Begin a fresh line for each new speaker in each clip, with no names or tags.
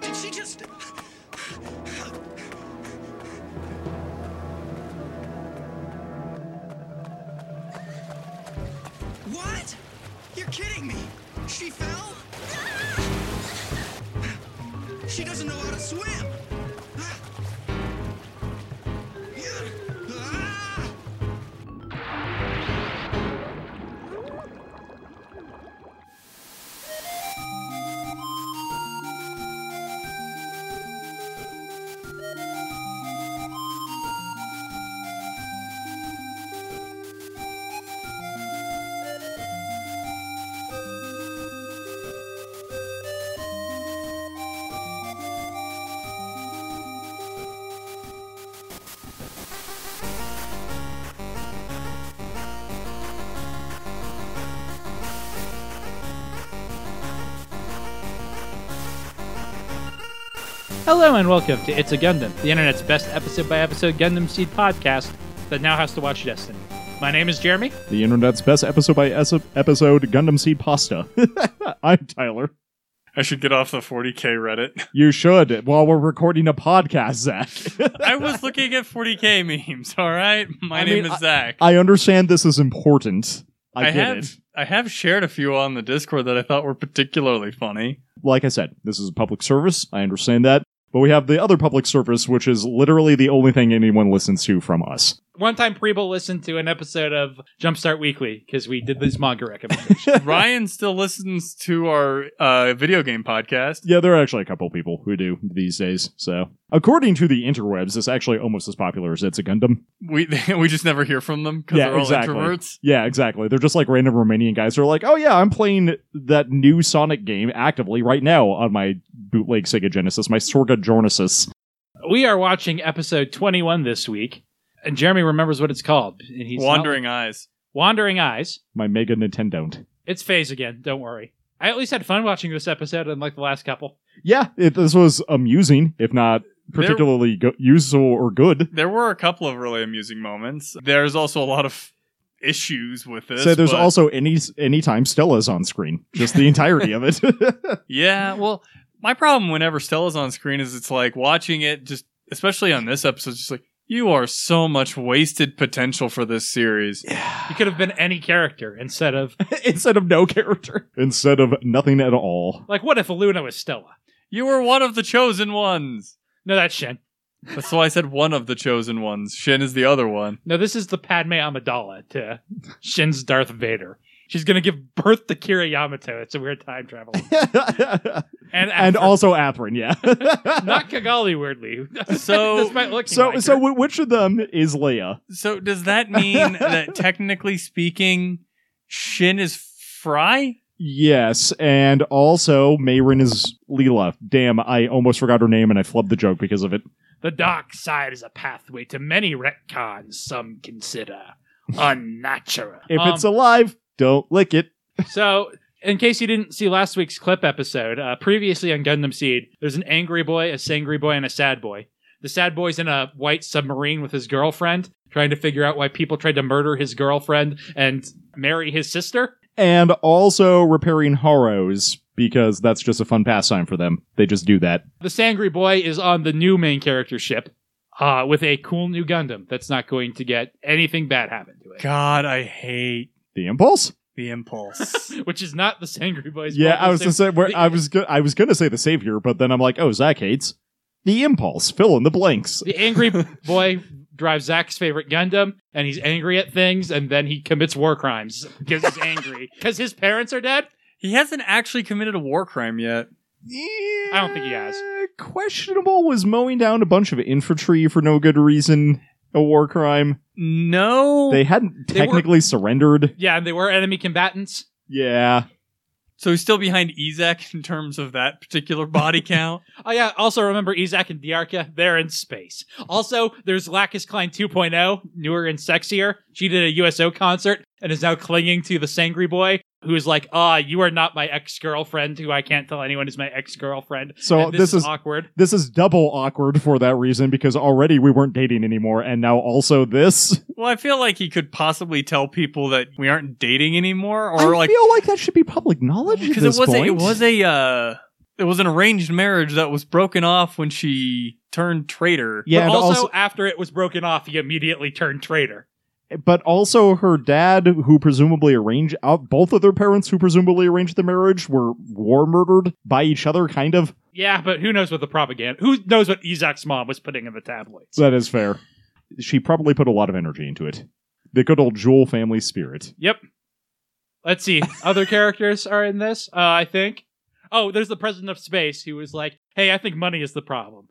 Did she just. What? You're kidding me. She fell? She doesn't know how to swim.
Hello and welcome to It's a Gundam, the internet's best episode by episode Gundam Seed podcast that now has to watch Destiny. My name is Jeremy.
The internet's best episode by es- episode Gundam Seed Pasta. I'm Tyler.
I should get off the 40k Reddit.
You should while we're recording a podcast, Zach.
I was looking at 40k memes. All right, my
I
name
mean,
is Zach.
I understand this is important. I, get
have
it.
I have shared a few on the Discord that I thought were particularly funny.
Like I said, this is a public service. I understand that. But we have the other public service, which is literally the only thing anyone listens to from us.
One time Preble listened to an episode of Jumpstart Weekly because we did these manga recommendations.
Ryan still listens to our uh, video game podcast.
Yeah, there are actually a couple people who do these days. So, according to the interwebs, it's actually almost as popular as It's a Gundam.
We we just never hear from them because
Yeah,
they're all
exactly.
introverts.
Yeah, exactly. They're just like random Romanian guys who are like, oh yeah, I'm playing that new Sonic game actively right now on my bootleg Sega Genesis, my Sorga Genesis.
we are watching episode 21 this week, and Jeremy remembers what it's called. And he's not-
Wandering eyes.
Wandering Eyes.
My Mega Nintendo.
It's phase again, don't worry. I at least had fun watching this episode, unlike the last couple.
Yeah, it, this was amusing, if not particularly go- useful or good.
There were a couple of really amusing moments. There's also a lot of issues with this.
so there's
but-
also any any time Stella's on screen, just the entirety of it.
Yeah, well, my problem whenever Stella's on screen is it's like watching it just especially on this episode it's just like you are so much wasted potential for this series.
You could have been any character instead of,
Instead of no character. Instead of nothing at all.
like, what if Luna was Stella?
You were one of the chosen ones.
No, that's Shin.
That's why I said one of the chosen ones. Shin is the other one.
No, this is the Padme Amidala to Shin's Darth Vader. She's going to give birth to Kira Yamato. It's a weird time travel. And,
and
after-
also Athrun, yeah.
Not Kigali, weirdly.
So-
Despite looking
so
like
so
her.
wh- which of them is Leia?
So does that mean that technically speaking Shin is Fry?
Yes, and also Mayrin is Leela. Damn, I almost forgot her name and I flubbed the joke because of it.
The dark side is a pathway to many retcons, some consider unnatural.
If
Um,
it's alive, don't lick it.
So, in case you didn't see last week's clip episode, uh, previously on Gundam Seed, there's an angry boy, a sangry boy, and a sad boy. The sad boy's in a white submarine with his girlfriend, trying to figure out why people tried to murder his girlfriend and marry his sister.
And also repairing Haros because that's just a fun pastime for them. They just do that.
The sangry boy is on the new main character ship uh, with a cool new Gundam that's not going to get anything bad happen to it.
God, I hate
The impulse?
the impulse.
Which is not the sangry boy's.
yeah,
fault.
I was gonna say where I was go- I was gonna say the savior, but then I'm like, oh, Zach hates the impulse. Fill in the blanks.
The angry boy drives Zach's favorite Gundam, and he's angry at things, and then he commits war crimes because he's angry. Because his parents are dead?
he hasn't actually committed a war crime yet.
I
don't think he has.
Questionable was mowing down a bunch of infantry for no good reason. A war crime.
No.
They hadn't
They were-
technically surrendered.
Yeah, and they were enemy combatants.
Yeah.
So he's still behind Ezek in terms of that particular body count.
Oh, yeah, also remember Izak and Diarca? They're in space. Also, there's Lacus Klein oh, 2.0, newer and sexier. She did a USO concert and is now clinging to the Sangry Boy who is like, ah, you are not my ex girlfriend, who I can't tell anyone is my ex girlfriend.
So
And this,
this
is,
is-
awkward.
This is double awkward for that reason because already we weren't dating anymore, and now also this.
Well, I feel like he could possibly tell people that we aren't dating anymore,
I
or like
feel like that should be public knowledge. at
because it
this
was a,
point.
it was a uh, it was an arranged marriage that was broken off when she turned traitor.
but
yeah, and
also,
also
after it was broken off, he immediately turned traitor.
but also her dad, who presumably arranged out both of their parents, who presumably arranged the marriage, were war murdered by each other. Kind of
Yeah, but who knows what the propaganda? Who knows what Isaac's mom was putting in the tabloids?
that is fair. She probably put a lot of energy into it. The good old Jewel family spirit.
Yep. Let's see. Other characters are in this, uh, I think. Oh, there's the president of space who was like, hey, I think money is the problem.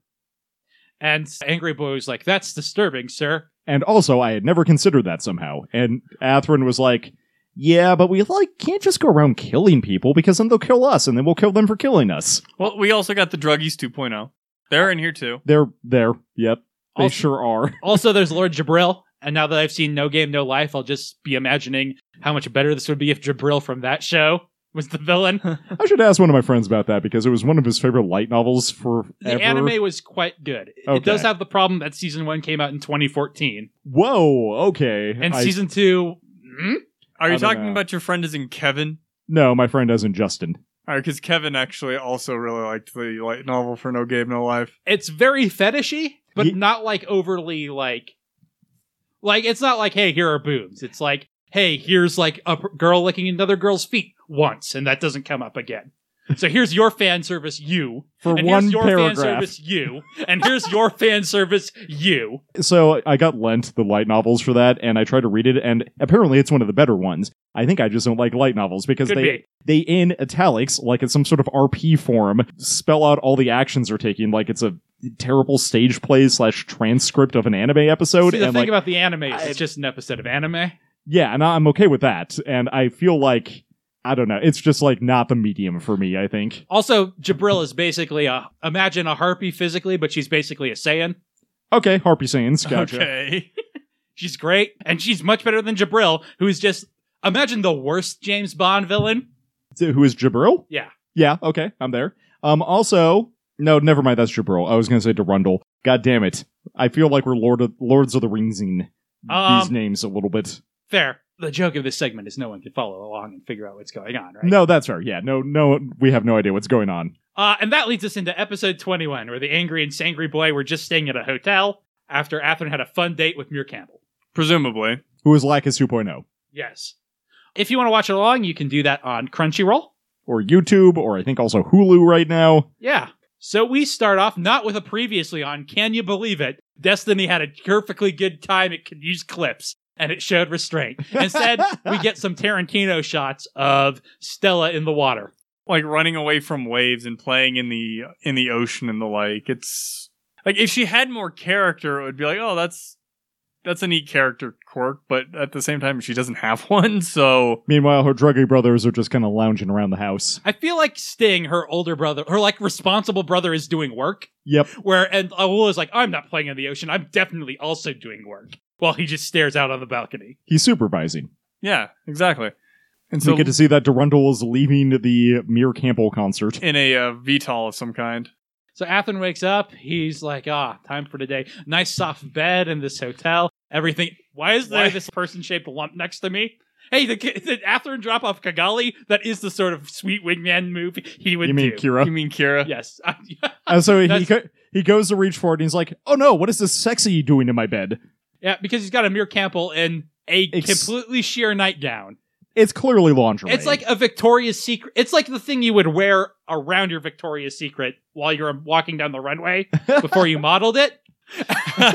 And Angry Boy was like, that's disturbing, sir.
And also, I had never considered that somehow. And Athrun was like, "Yeah, but we like can't just go around killing people because then they'll kill us, and then we'll kill them for killing us."
Well, we also got the druggies 2.0. They're in here too.
They're there. Yep, they
Also-
sure are.
Also, there's Lord Jabril. And now that I've seen No Game, No Life, I'll just be imagining how much better this would be if Jabril from that show was the villain.
I should ask one of my friends about that because it was one of his favorite light novels for
The anime was quite good. It-
Okay.
It does have the problem that season one came out in 2014.
Whoa, okay.
And
I-
season two, hmm?
Are
I
you
don't
talking
know.
about your friend is in Kevin?
no, my friend doesn't Justin.
All right, because Kevin actually also really liked the light novel for No Game No Life.
it's very fetishy, but
Ye-
not like overly like like it's not like hey here are boobs. It's like hey here's like a p- girl licking another girl's feet once, and that doesn't come up again. So here's your fan service, you.
For
and
one
here's your fan
paragraph.
service, you. And here's your fan service, you.
So I got lent the light novels for that and I tried to read it and apparently it's one of the better ones. I think I just don't like light novels because
Could
they
be.
they in italics like it's some sort of RP form spell out all the actions they're taking like it's a terrible stage play slash transcript of an anime episode
See, the
and
thing
like
about the anime is
I-
it's just an episode of anime.
yeah and I'm okay with that and I feel like I don't know it's just like not the medium for me I think
Also, Jabril is basically a imagine a harpy physically, but she's basically a Saiyan.
okay Harpy Saiyans gotcha
Okay.
She's great, and she's much better than Jabril, who's just imagine the worst James Bond villain.
So who is Jabril?
Yeah.
Yeah, okay, I'm there. Um also no, never mind, that's Jabril. I was gonna say Durundle. God damn it. I feel like we're Lord of Lords of the Ringsing these
Um,
names a little bit.
Fair. The joke of this segment is no one can follow along and figure out what's going on, right?
No, that's fair. Yeah, no, no we have no idea what's going on.
Uh, and that leads us into episode 21, where the angry and sangry boy were just staying at a hotel after Atherton had a fun date with Muir Campbell.
Presumably.
Who is Lacus 2.0?
Yes. If you want to watch it along, you can do that on Crunchyroll.
Or YouTube, or I think also Hulu right now.
Yeah. So we start off not with a previously on Can You Believe It? Destiny had a perfectly good time. It could use clips and it showed restraint. Instead, we get some Tarantino shots of Stella in the water.
Like running away from waves and playing in the in the ocean and the like. It's like if she had more character, it would be like, oh, that's that's a neat character quirk, but at the same time, she doesn't have one, so
Meanwhile, her druggy brothers are just kind of lounging around the house.
I feel like Sting, her older brother, her like responsible brother is doing work.
Yep.
Where and Awul is like, I'm not playing in the ocean. I'm definitely also doing work. While he just stares out on the balcony.
He's supervising.
yeah, exactly. And
So,
so
we get to see that Durundle is leaving the Mir Campbell concert.
in a uh, VTOL of some kind.
So Athen wakes up. He's like, ah, time for today. Nice soft bed in this hotel. Everything. Why is there
Why-
this person shaped lump next to me? Hey, did, did Athen drop off Kigali? That is the sort of sweet wingman move he would
You mean
do.
Kira?
You mean Kira?
yes.
And so he
That's-
go- he goes to reach for it and he's like, "Oh no, what is this sexy doing in my bed?"
yeah, because he's got a Mir Campbell in a
Ex-
completely sheer nightgown.
It's clearly lingerie.
It's like a Victoria's Secret. It's like the thing you would wear around your Victoria's Secret while you're walking down the runway before you modeled it.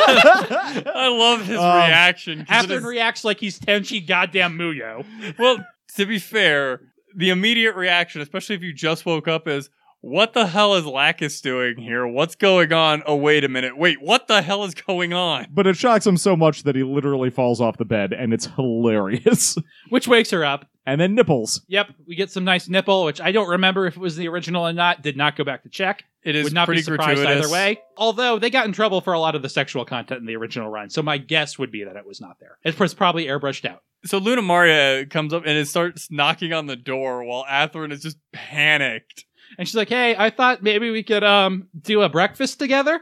I love his
Um,
reaction. 'cause it
Athen
is-
reacts like he's Tenchi goddamn Muyo.
well, to be fair, the immediate reaction, especially if you just woke up, is what the hell is Lacus doing here? What's going on? Oh, wait a minute. Wait, what the hell is going on?
but it shocks him so much that he literally falls off the bed, and it's hilarious.
Which wakes her up.
and then nipples.
Yep, we get some nice nipple, which I don't remember if it was the original or not. Did not go back to check.
It is
Would not
pretty
be surprised
gratuitous.
either way. Although they got in trouble for a lot of the sexual content in the original run, so my guess would be that it was not there. It was probably airbrushed out.
so Luna Maria comes up and it starts knocking on the door while Atherin is just panicked.
And she's like, "Hey, I thought maybe we could um do a breakfast together.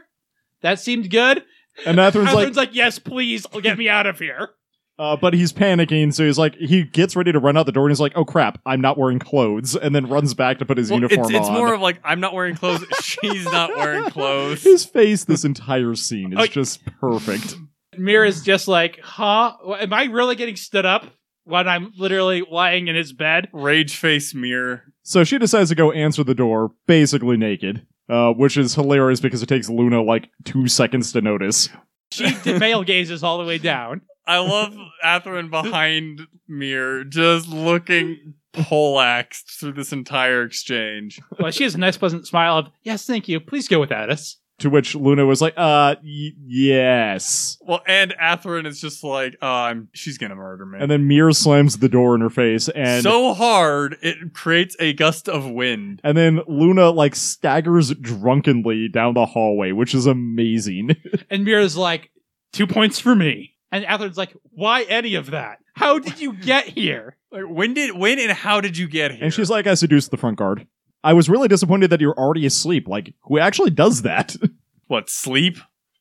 That seemed good."
And Atherin's like,
Atherin's like, "Yes, please, get me out of here."
uh, but he's panicking, so he's like, he gets ready to run out the door, and he's like, oh crap, I'm not wearing clothes, and then runs back to put his
Well,
uniform
it's, it's
on.
more of like I'm not wearing clothes. She's not wearing clothes.
His face, this entire scene is
Oh,
just perfect.
Mira's just like, "Huh? Wh- Am I really getting stood up when I'm literally lying in his bed?"
Rage face mirror.
So she decides to go answer the door, basically naked, uh, which is hilarious because it takes Luna like two seconds to notice.
She d- male gazes all the way down.
I love Atherin behind mirror just looking poleaxed through this entire exchange.
Well, she has a nice, pleasant smile of, "Yes, thank you. Please go without us."
To which Luna was like, uh, y- yes.
Well, and Atherin is just like, oh, I'm, she's gonna murder me.
And then Mir slams the door in her face, and
so hard it creates a gust of wind.
and then Luna like staggers drunkenly down the hallway, which is amazing.
And Mira's like, two points for me. And Atherin's like, why any of that? How did you get here?
Like, when did when and how did you get here?
And she's like, I seduced the front guard. I was really disappointed that you're already asleep. Like, who actually does that?
what sleep?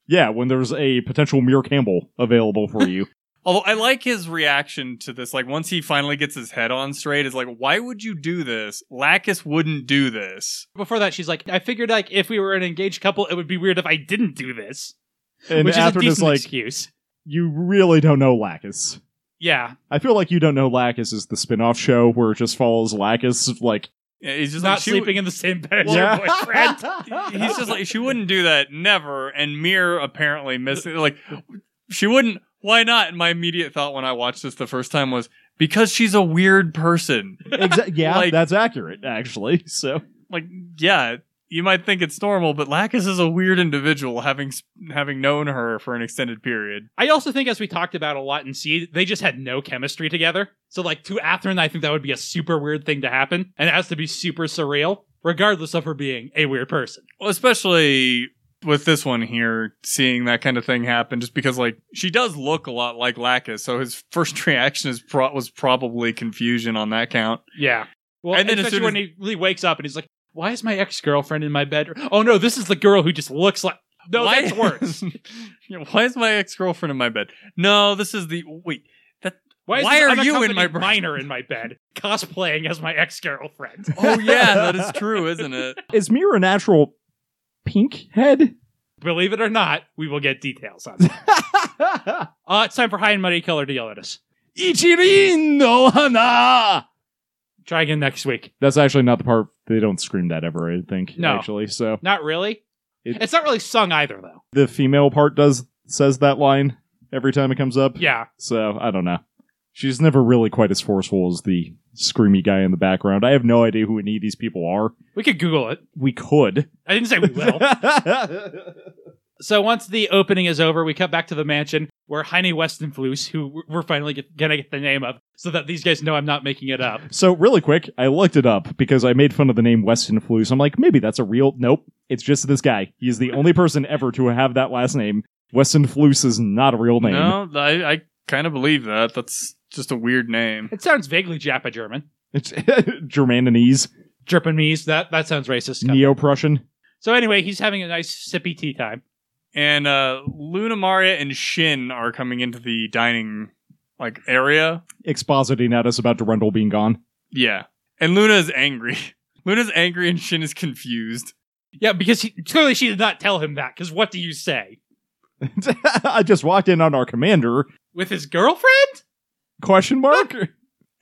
yeah, when there's a potential Mir Campbell available for you.
Although I like his reaction to this, like once he finally gets his head on straight, is like, why would you do this? Lacus wouldn't do this.
Before that, she's like, I figured like if we were an engaged couple, it would be weird if I didn't do this.
And
which
Atherin
is a
is
decent
like,
excuse.
you really don't know Lacus.
Yeah.
I feel like you don't know Lacus is the spin-off show where it just follows Lacus like
Yeah, He's just
Not
like, she
sleeping in the same bed as
Yeah.
your boyfriend.
w- he's just like, she wouldn't do that, never. And Mir apparently missing, like, she wouldn't. Why not? And my immediate thought when I watched this the first time was because she's a weird person.
Exa- yeah,
Like-
that's accurate actually. So
Like, yeah, you might think it's normal, but Lacus is a weird individual, having s- having known her for an extended period.
I also think, as we talked about a lot in Seed, they just had no chemistry together. So, like, to Atherin, I think that would be a super weird thing to happen. And it has to be super surreal, regardless of her being a weird person.
Well, especially with this one here, seeing that kind of thing happen, just because like she does look a lot like Lacus, so his first reaction is pro- was probably confusion on that count.
Yeah. Well,
And then as
especially
soon as-
when he, he wakes up and he's like, "Why is my ex girlfriend in my bed?" Oh no, this is the girl who just looks like. No,
Why-
that's worse.
Yeah, Why is my ex girlfriend in my bed? No, this is the wait.
Why, is
Why
this
are you in
unaccompanied
my bed?
minor in my bed cosplaying as my ex girlfriend?
Oh yeah, that is true, isn't it?
is Mir a natural pink head?
Believe it or not, we will get details on that. Uh, it's time for high and mighty killer to yell at us.
Ichirin no hana.
Try again next week.
That's actually not the part they don't scream that ever. I think
No.
actually. So
Not really.
It-
it's not really sung either, though.
the female part does says that line every time it comes up.
Yeah.
So I don't know. She's never really quite as forceful as the screamy guy in the background. I have no idea who any of these people are.
We could Google it.
We could.
I didn't say we will. So once the opening is over, we cut back to the mansion where Heine Westenfluss, who w- we're finally get, gonna get the name of, so that these guys know I'm not making it up.
so really quick, I looked it up because I made fun of the name Weston Flues. I'm like, maybe that's a real. Nope, it's just this guy. He is the only person ever to have that last name. Weston Flues is not a real name.
No, I, I kind of believe that. That's just a weird name.
It sounds vaguely Japa German.
It's Germanese,
Germanese, that that sounds racist.
Neo-Prussian.
so anyway, he's having a nice sippy tea time.
And uh, Luna Maria and Shin are coming into the dining like area.
Expositing at us about Durendal being gone.
Yeah, and Luna is angry. Luna's angry and Shin is confused.
Yeah, because he, clearly she did not tell him that. Because what do you say
I just walked in on our commander.
with his girlfriend?
Question mark.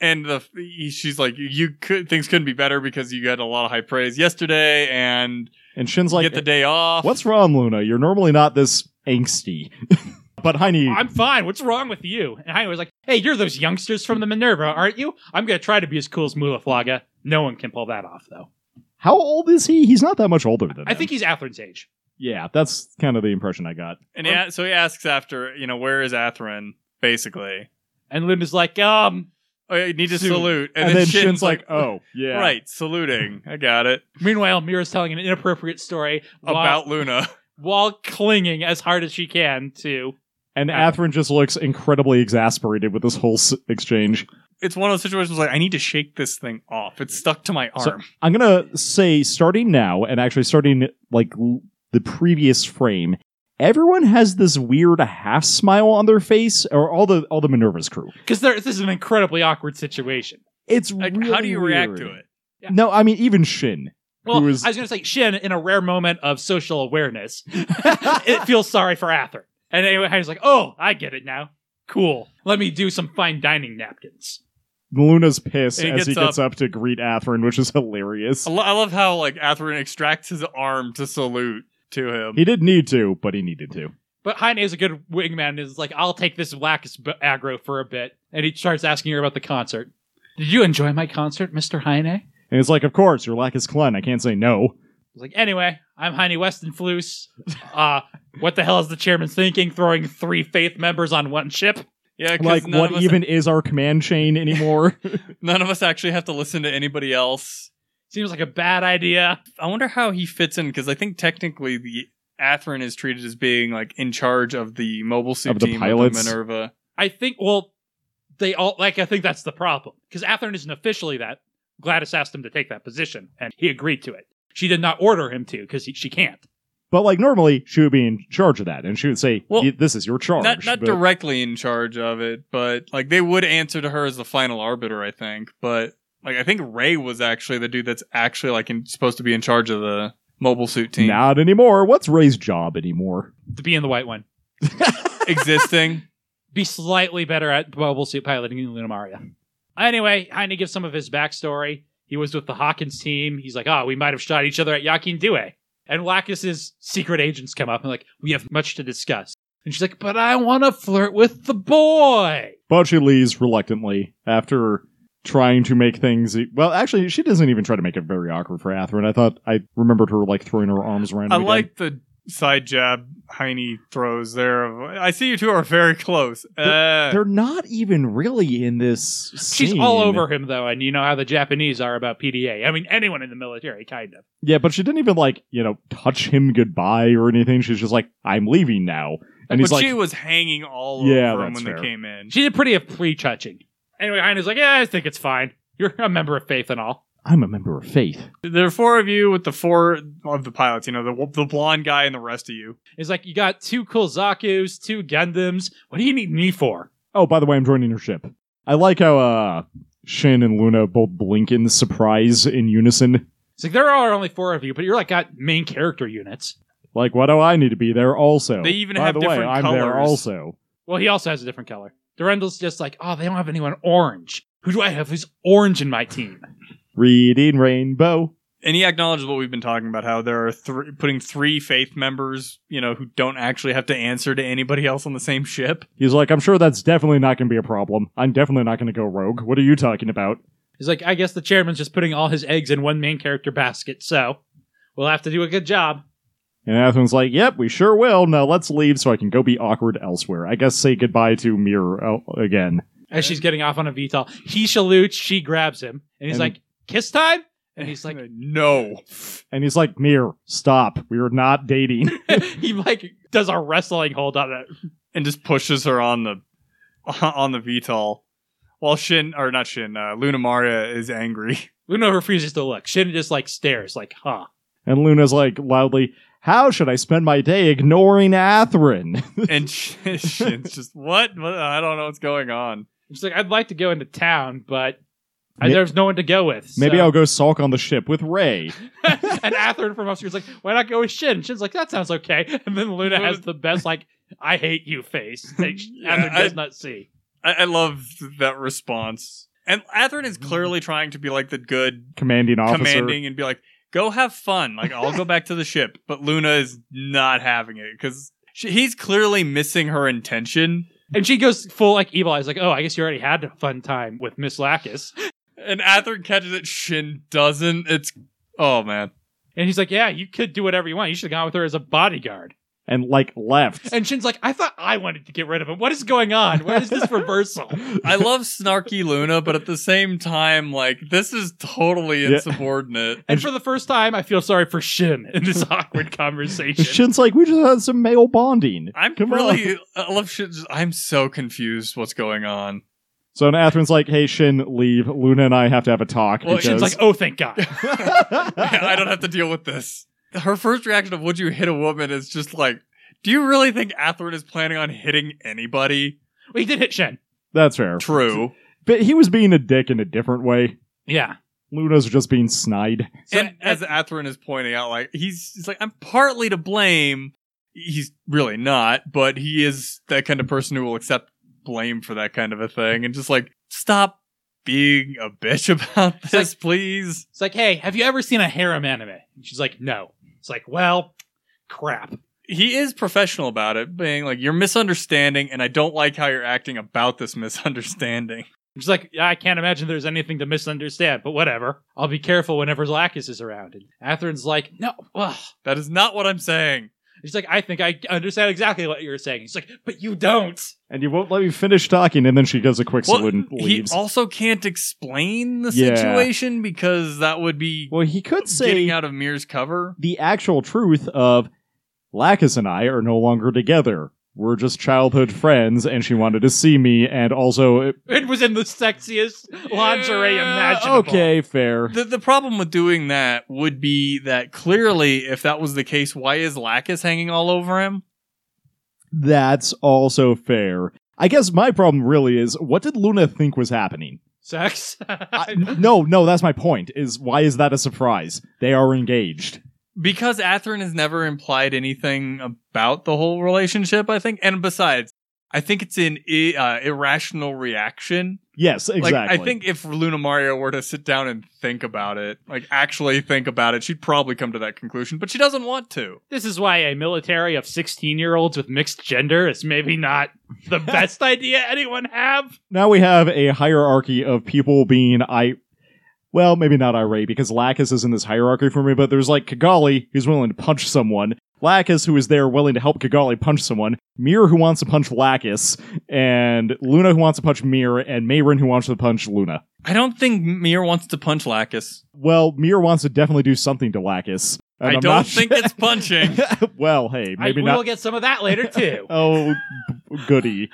And the he, she's like, you could things couldn't be better because you got a lot of high praise yesterday and
And Shin's like,
get the day off.
What's wrong, Luna? You're normally not this angsty. but Heine,
I'm fine. What's wrong with you? And Heine was like, "Hey, you're those youngsters from the Minerva, aren't you? I'm gonna try to be as cool as Mulaflaga. No one can pull that off, though.
how old is he? He's not that much older than
I
them.
think he's Atherin's age.
Yeah, that's kind of the impression I got.
And he a- so he asks after, you know, where is Atherin, basically.
And Luna's like, um,
Oh, yeah, you need to
Soon.
salute.
And, then Shin's, like, "Oh, yeah,
right, saluting. I got it.
Meanwhile, Mira's telling an inappropriate story while,
About Luna.
while clinging as hard as she can to.
And Atherin just looks incredibly exasperated with this whole s- exchange.
It's one of those situations like I need to shake this thing off. It's stuck to my
So-
arm.
I'm gonna say starting now, and actually starting like l- the previous frame. Everyone has this weird half smile on their face, or all the all the Minerva's crew.
Because this is an incredibly awkward situation.
It's
like
really
how do you react
weird.
to it?
Yeah.
No, I mean even Shin.
Well,
Who is-
I was going to say, Shin, in a rare moment of social awareness, it feels sorry for Atherin. And anyway, I was like, oh, I get it now. Cool. Let me do some fine dining napkins.
Luna's pissed
He
as
gets
he gets up. to greet Atherin, which is hilarious.
I, lo- I love how like Atherin extracts his arm to salute to him.
He didn't need to, but he needed to.
But Heine is a good wingman. Is like, I'll take this blackest b- aggro for a bit. And he starts asking her about the concert. Did you enjoy my concert, Mr. Heine?
And it's like, of course, your lack is Klein. I can't say no.
I was like, anyway, I'm Heine Westenflues. Uh, what the hell is the chairman thinking, throwing three faith members on one ship?
yeah, 'cause
Like,
none
what
of us,
even is our command chain anymore?
none of us actually have to listen to anybody else.
Seems like a bad idea.
I wonder how he fits in because I think technically the Atherin is treated as being like in charge of the mobile suit
Of the
team
pilots.
of the Minerva.
I think, well, they all, like, I think that's the problem. Because Atherin isn't officially that. Gladys asked him to take that position, and he agreed to it. She did not order him to, because she can't.
but like, normally she would be in charge of that, and she would say,
Well,
"Y- "This is your charge."
Not not
but-
directly in charge of it, but like they would answer to her as the final arbiter, I think. But like I think Ray was actually the dude that's actually like in, supposed to be in charge of the mobile suit team
Not anymore. What's Ray's job anymore?
To be in the white one.
existing.
be slightly better at mobile suit piloting in Lunamaria. Anyway, Heine gives some of his backstory. He was with the Hawkins team. He's like, oh, we might have shot each other at Yakin Due. And Lacus's secret agents come up and like, we have much to discuss. And she's like, but I want to flirt with the boy.
But she leaves reluctantly after trying to make things. e- Well, actually, she doesn't even try to make it very awkward for Atherin. I thought I remembered her like throwing her arms around.
I
him again.
like the side jab Heine throws there. of, I see you two are very close. Uh,
They're not even really in this. Scene.
She's all over him though, and you know how the Japanese are about PDA. I mean, anyone in the military, kind of.
Yeah, but she didn't even like you know touch him goodbye or anything. She's just like, "I'm leaving now," and
but
he's like,
she was hanging all
Yeah,
over him
that's
when
fair.
they came in.
She did pretty pre-touching. Anyway, Heine's like, yeah, I think it's fine. You're a member of faith and all.
"I'm a member of faith."
There are four of you with the four of the pilots. You know, the the blonde guy and the rest of you.
He's like, you got two Kozakus, two Gundams. What do you need me for?
Oh, by the way, I'm joining her ship. I like how uh Shin and Luna both blink in surprise in unison.
It's like there are only four of you, but you're like got main character units.
Like, why do I need to be there also?
They even
By
have
the way,
different
I'm there
colors.
also.
Well, he also has a different color. Durendal's just like, oh, they don't have anyone orange. Who do I have who's orange in my team?
Reading Rainbow.
And he acknowledges what we've been talking about, how there are three, putting three faith members, you know, who don't actually have to answer to anybody else on the same ship.
He's like, I'm sure that's definitely not going to be a problem. I'm definitely not going to go rogue. What are you talking about?
He's like, I guess the chairman's just putting all his eggs in one main character basket, so we'll have to do a good job.
And Atherin's like, Yep, we sure will. Now let's leave so I can go be awkward elsewhere. I guess say goodbye to Mirror uh, again.
As she's getting off on a VTOL, he salutes, she grabs him, and he's
And-
like, kiss time? And he's like,
no.
And he's like, Mirror, stop. We are not dating.
he like does a wrestling hold on it.
And just pushes her on the on the VTOL. While Shin, or not Shin, uh, Luna Maria is angry.
Luna refuses to look. Shin just like stares, like, huh.
And Luna's like loudly, How should I spend my day ignoring Atherin?
And Sh- Shin's just, what? what? I don't know what's going on.
She's like, I'd like to go into town, but I,
May-
there's no one to go with.
Maybe
so-
I'll go sulk on the ship with Ray.
and Atherin from upstairs is like, why not go with Shin? And Shin's like, that sounds okay. And then Luna has the best, like, I hate you face that Atherin
I-
does not see.
I, I love that response. And Atherin is clearly trying to be like the good
Commanding Mm-hmm. officer.
commanding and be like, "Go have fun." Like I'll go back to the ship, but Luna is not having it because he's clearly missing her intention.
And she goes full, like, evil eyes, like, oh, I guess you already had a fun time with Miss Lacus.
And Atherin catches it. Shin doesn't. It's oh man.
And he's like, yeah, you could do whatever you want. You should have gone with her as a bodyguard.
and like left.
And Shin's like, I thought I wanted to get rid of him. What is going on? Where is this reversal?
I love snarky Luna, but at the same time, like this is totally
Yeah.
insubordinate.
And for the first time, I feel sorry for Shin in this awkward conversation.
Shin's like, we just had some male bonding.
I'm
Come on."
really, I love shit. just- I'm so confused. What's going on?
So and Atherin's like, hey Shin, leave. Luna and I have to have a talk.
Well,
Shin's
because
like, oh, thank God.
I don't have to deal with this. Her first reaction of "Would you hit a woman?" is just like, "Do you really think Athrun is planning on hitting anybody?"
Well, he did hit Shin.
that's fair.
True.
But he was being a dick in a different way.
Yeah.
Luna's just being snide.
and as Athrun is pointing out, like he's, he's like, "I'm partly to blame." He's really not, but he is that kind of person who will accept blame for that kind of a thing, and just like stop being a bitch about
like-
this, please.
It's like, hey, have you ever seen a harem anime? And she's like, no. It's like, well, crap.
he is professional about it, being like, you're misunderstanding, and I don't like how you're acting about this misunderstanding.
She's like, yeah, I can't imagine there's anything to misunderstand, but whatever. I'll be careful whenever Lacus is around. And Atherin's like, no. Ugh.
That is not what I'm saying.
She's like, I think I understand exactly what you're saying. He's like, but you don't.
And you won't let me finish talking, and then she gives a quick
Well,
salute and
he
leaves.
also can't explain the
Yeah.
situation because that would be
well, he could say
getting out of Mir's cover.
the actual truth of Lacus and I are no longer together. We're just childhood friends, and she wanted to see me, and also
It was in the sexiest lingerie
Yeah,
imaginable.
okay, fair.
The, the problem with doing that would be that clearly, if that was the case, why is Lacus hanging all over him?
That's also fair. I guess my problem really is what did Luna think was happening?
Sex.
I- no, no, that's my point. Is why is that a surprise? They are engaged.
because Athrun has never implied anything about the whole relationship, I think. And besides, I think it's an I- uh, irrational reaction.
Yes, exactly.
Like, I think if Luna Mario were to sit down and think about it, like actually think about it, she'd probably come to that conclusion, but she doesn't want to.
this is why a military of 16 year olds with mixed gender is maybe not the best idea anyone have.
now we have a hierarchy of people being I. Well, maybe not irate because Lacus is in this hierarchy for me, but there's like Kigali, who's willing to punch someone, Lacus, who is there willing to help Kigali punch someone, Mir, who wants to punch Lacus, and Luna, who wants to punch Mir, and Mayrin, who wants to punch Luna.
I don't think Mir wants to punch Lacus.
Well, Mir wants to definitely do something to Lacus. and
I
I'm
don't
not
think it's punching.
sure- well, hey, maybe
I,
not.
We'll get some of that later, too.
Oh, b- goody.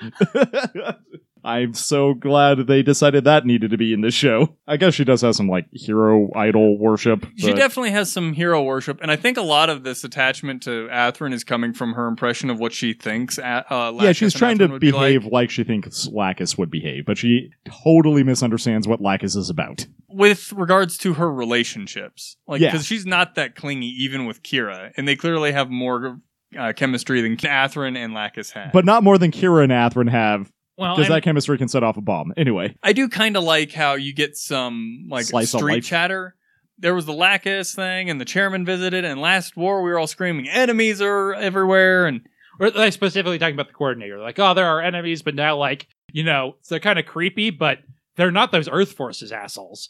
I'm so glad they decided that needed to be in this show. I guess she does have some, like, hero idol worship.
She
but-
definitely has some hero worship, and I think a lot of this attachment to Athrun is coming from her impression of what she thinks. A- Uh,
yeah,
Lacus
she's
and
trying
Athrun
to
would be like.
behave like. she thinks Lacus would behave, but she totally misunderstands what Lacus is about.
with regards to her relationships like
Yeah.
because she's not that clingy even with kira and they clearly have more uh, chemistry than Athrun and Lacus had.
But not more than Kira and Athrun have,
Well,
because
and
that chemistry can set off a bomb. Anyway,
I do kind of like how you get some like
Slice of
street
life.
chatter. There was the Lacus thing, and the chairman visited, and last war we were all screaming enemies are everywhere, and
we're like, specifically talking about the coordinator. Like, oh, there are enemies, but now, like, you know, they're kind of creepy, but they're not those Earth Forces assholes.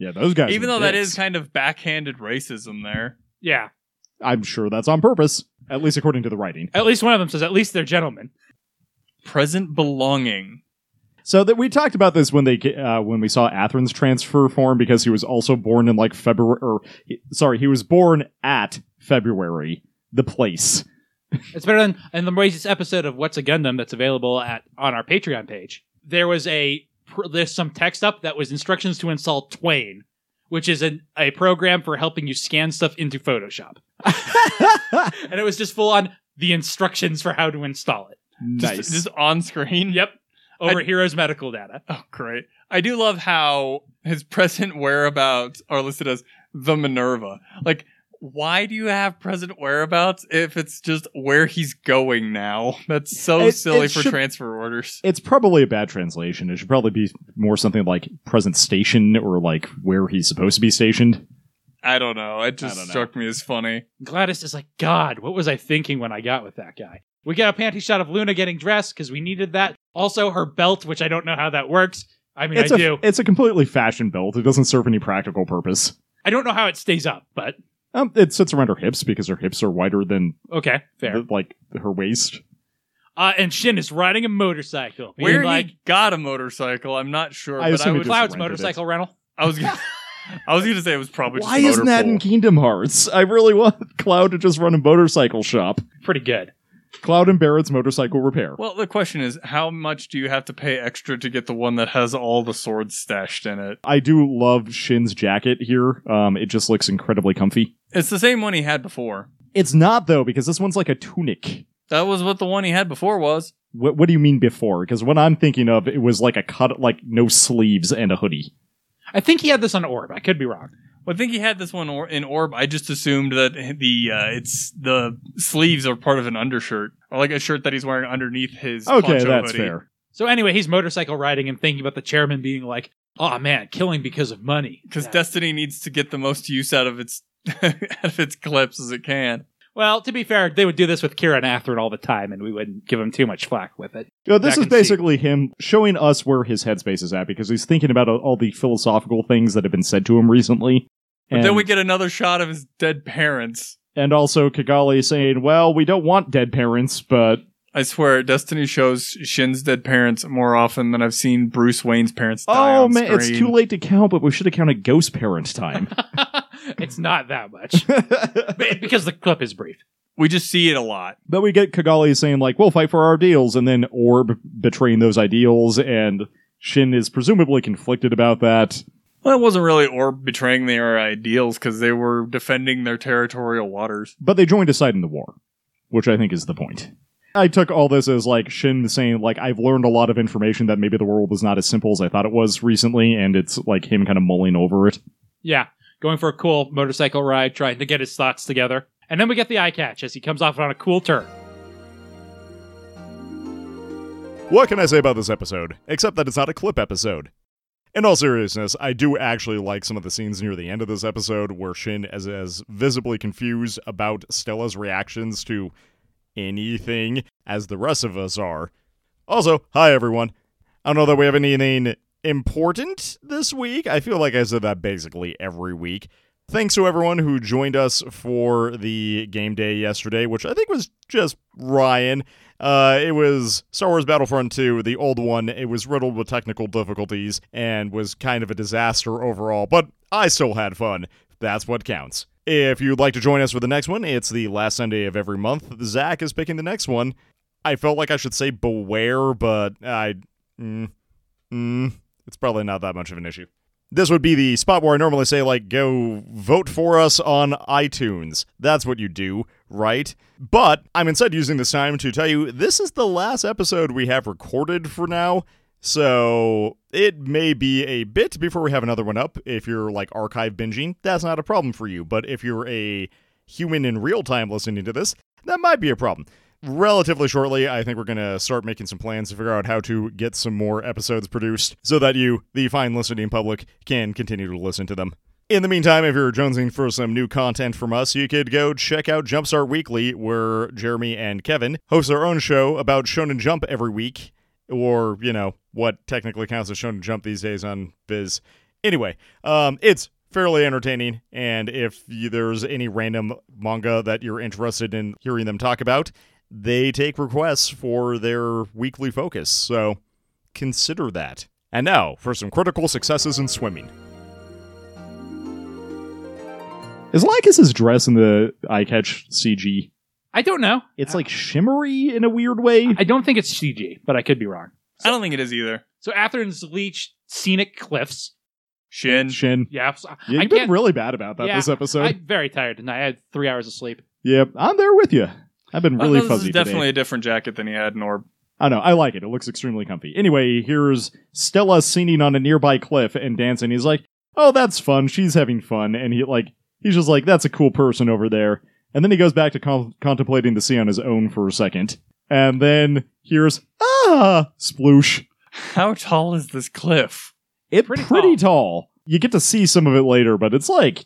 yeah, those guys.
even
are
though that
dicks.
is kind of backhanded racism there.
Yeah.
I'm sure that's on purpose, at least according to the writing.
At least one of them says, at least they're gentlemen.
Present belonging.
So that we talked about this when they uh, when we saw Athrun's transfer form because he was also born in like February or he- sorry he was born at February the place.
It's better than in the latest episode of What's a Gundam that's available at on our Patreon page. There was a pr- there's some text up that was instructions to install Twain, which is an, a program for helping you scan stuff into Photoshop, and it was just full on the instructions for how to install it.
Just,
nice.
just on screen.
Yep, over
I-
Heroes Medical Data.
Oh, great. I do love how his present whereabouts are listed as the Minerva. Like, why do you have present whereabouts if it's just where he's going now? That's so
It-
silly
it
for
should-
transfer orders.
it's probably a bad translation. It should probably be more something like present station or like where he's supposed to be stationed.
I don't know. It
I don't
just
know.
struck me as funny.
Gladys is like, God, what was I thinking when I got with that guy? We get a panty shot of Luna getting dressed because we needed that. Also, her belt, which I don't know how that works. I mean,
it's
I
a
do.
it's a completely fashion belt. It doesn't serve any practical purpose.
I don't know how it stays up, but
Um, it sits around her hips because her hips are wider than
Okay, fair.
the- like her waist.
Uh, and Shin is riding a motorcycle. being
Where
like
he got a motorcycle, I'm not sure.
I
but I
assume he
would,
just-
Cloud's
rented it.
motorcycle rental.
I was gonna, I was gonna say it was probably.
Why
just a
isn't that in
motorpool.
Kingdom Hearts? I really want Cloud to just run a motorcycle shop.
Pretty good.
Cloud and Barrett's motorcycle repair.
Well, the question is, how much do you have to pay extra to get the one that has all the swords stashed in it?
I do love Shin's jacket here. Um, it just looks incredibly comfy.
It's the same one he had before.
It's not though because this one's like a tunic.
That was what the one he had before was.
What What do you mean before? Because what I'm thinking of it was like a cut, like no sleeves and a hoodie.
I think he had this on Orb. I could be wrong.
Well, I think he had this one or- in orb. I just assumed that the uh, it's the sleeves are part of an undershirt or like a shirt that he's wearing underneath his.
Okay,
poncho
that's
hoodie.
fair.
So anyway, he's motorcycle riding and thinking about the chairman being like, "Oh man, killing because of money."
Because
Yeah.
Destiny needs to get the most use out of its out of its clips as it can.
well, to be fair, they would do this with Kira and Atherin all the time, and we wouldn't give him too much flack with it.
You know, Uh, this
Back
is
and see.
basically him showing us where his headspace is at because he's thinking about all the philosophical things that have been said to him recently.
But
and,
then we get another shot of his dead parents.
and also Kigali saying, "Well, we don't want dead parents, but
I swear, Destiny shows Shin's dead parents more often than I've seen Bruce Wayne's parents die.
oh
on
man, it's
screen.
too late to count. But we should have counted ghost parent time."
it's not that much But- because the clip is brief.
We just see it a lot.
But we get Kigali saying like, "We'll fight for our ideals," and then Orb betraying those ideals, and Shin is presumably conflicted about that.
Well, it wasn't really Orb betraying their ideals because they were defending their territorial waters.
But they joined a side in the war, which I think is the point. I took all this as like Shin saying like, "I've learned a lot of information that maybe the world is not as simple as I thought it was recently," and it's like him kind of mulling over it.
Yeah, going for a cool motorcycle ride, trying to get his thoughts together, and then we get the eye catch as he comes off on a cool turn.
What can I say about this episode, except that it's not a clip episode? In all seriousness, I do actually like some of the scenes near the end of this episode where Shin is as visibly confused about Stella's reactions to anything as the rest of us are. Also, hi everyone. I don't know that we have anything important this week. I feel like I said that basically every week. Thanks to everyone who joined us for the game day yesterday, which I think was just Ryan. Uh, it was Star Wars Battlefront 2, the old one. It was riddled with technical difficulties and was kind of a disaster overall, but I still had fun. That's what counts. If you'd like to join us for the next one, it's the last Sunday of every month. Zach is picking the next one. I felt like I should say beware, but I. Mm, mm, it's probably not that much of an issue. This would be the spot where I normally say, like, go vote for us on iTunes. That's what you do, right? But I'm instead using this time to tell you this is the last episode we have recorded for now. So it may be a bit before we have another one up. If you're like archive binging, that's not a problem for you. But if you're a human in real time listening to this, that might be a problem. Relatively shortly, I think we're going to start making some plans to figure out how to get some more episodes produced so that you, the fine listening public, can continue to listen to them. In the meantime, if you're jonesing for some new content from us, you could go check out Jumpstart Weekly, where Jeremy and Kevin host their own show about Shonen Jump every week, or, you know, what technically counts as Shonen Jump these days on Viz. Anyway, um, it's fairly entertaining, and if you, there's any random manga that you're interested in hearing them talk about, they take requests for their weekly focus, so consider that. And now for some critical successes in swimming.
As like as his dress in the eye catch CG,
I don't know.
it's like shimmery in a weird way.
I don't think it's CG, but I could be wrong.
I don't think it is either.
So Atherin's leech scenic cliffs.
Shin.
Shin,
Yeah, so
yeah,
I can't.
you've been really bad about that
Yeah,
this episode.
I'm very tired tonight. I had three hours of sleep.
Yep, I'm there with you. I've been
I
really
know Oh, this
fuzzy
is definitely
today.
a different jacket than he had in Orb.
I know. I like it. It looks extremely comfy. Anyway, here's Stella singing on a nearby cliff and dancing. He's like, "Oh, that's fun. She's having fun." And he like, he's just like, "That's a cool person over there." And then he goes back to con- contemplating the sea on his own for a second. And then here's ah sploosh.
How tall is this cliff?
It's
Pretty
pretty, tall. You get to see some of it later, but it's like,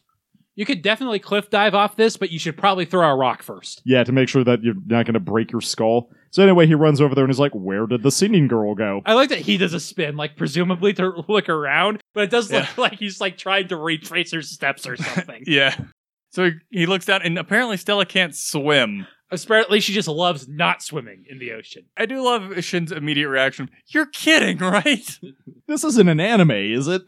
You could definitely cliff dive off this, but you should probably throw a rock first.
yeah, to make sure that you're not going to break your skull. So anyway, he runs over there and he's like, "Where did the singing girl go?"
I like that he does a spin, like presumably to look around, but it does look
Yeah.
like he's like trying to retrace her steps or something.
Yeah. So he, he looks down, and apparently Stella can't swim.
Apparently, she just loves not swimming in the ocean.
I do love Shin's immediate reaction. You're kidding, right?
This isn't an anime, is it?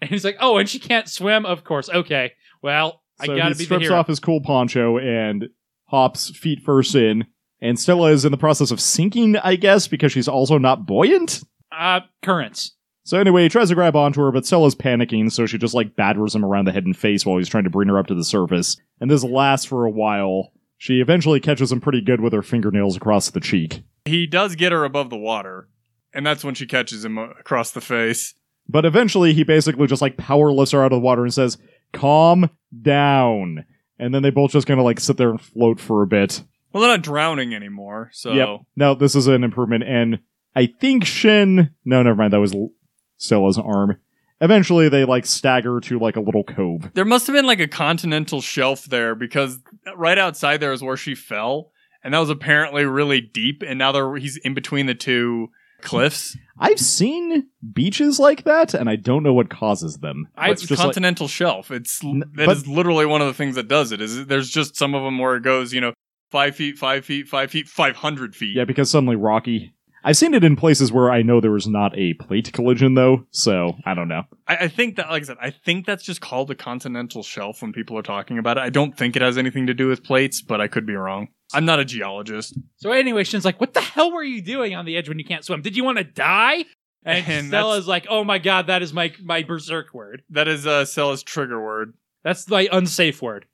And he's like, oh, and she can't swim? Of course. Okay. Well, I
so
gotta
he
be the
strips
hero.
off his cool poncho and hops feet first in. And Stella is in the process of sinking, I guess, because she's also not buoyant.
Uh, currents.
So anyway, he tries to grab onto her, but Stella's panicking, so she just like batters him around the head and face while he's trying to bring her up to the surface. And this lasts for a while. She eventually catches him pretty good with her fingernails across the cheek.
He does get her above the water, and that's when she catches him uh, across the face.
But eventually, he basically just like power lifts her out of the water and says, "Calm down." And then they both just kind of like sit there and float for a bit.
Well, they're not drowning anymore, so
Yep. Now this is an improvement, and I think Shin. No, never mind. That was L- Stella's arm. Eventually, they like stagger to like a little cove.
there must have been like a continental shelf there because right outside there is where she fell, and that was apparently really deep. And now they're, he's in between the two cliffs.
I've seen beaches like that, and I don't know what causes them.
I-
It's
It's
just like-
continental shelf. It's that is
N- but-
literally one of the things that does it. Is there's just some of them where it goes, you know, five feet, five feet, five feet, five hundred feet.
yeah, because suddenly rocky. I've seen it in places where I know there was not a plate collision, though. So I don't know.
I, I think that, like I said, I think that's just called the continental shelf when people are talking about it. I don't think it has anything to do with plates, but I could be wrong. I'm not a geologist.
So anyway, Shin's like, what the hell were you doing on the edge when you can't swim? Did you want to die? And,
And
Stella's like, oh my god, that is my, my berserk word.
That is uh, Cella's trigger word.
That's my unsafe word.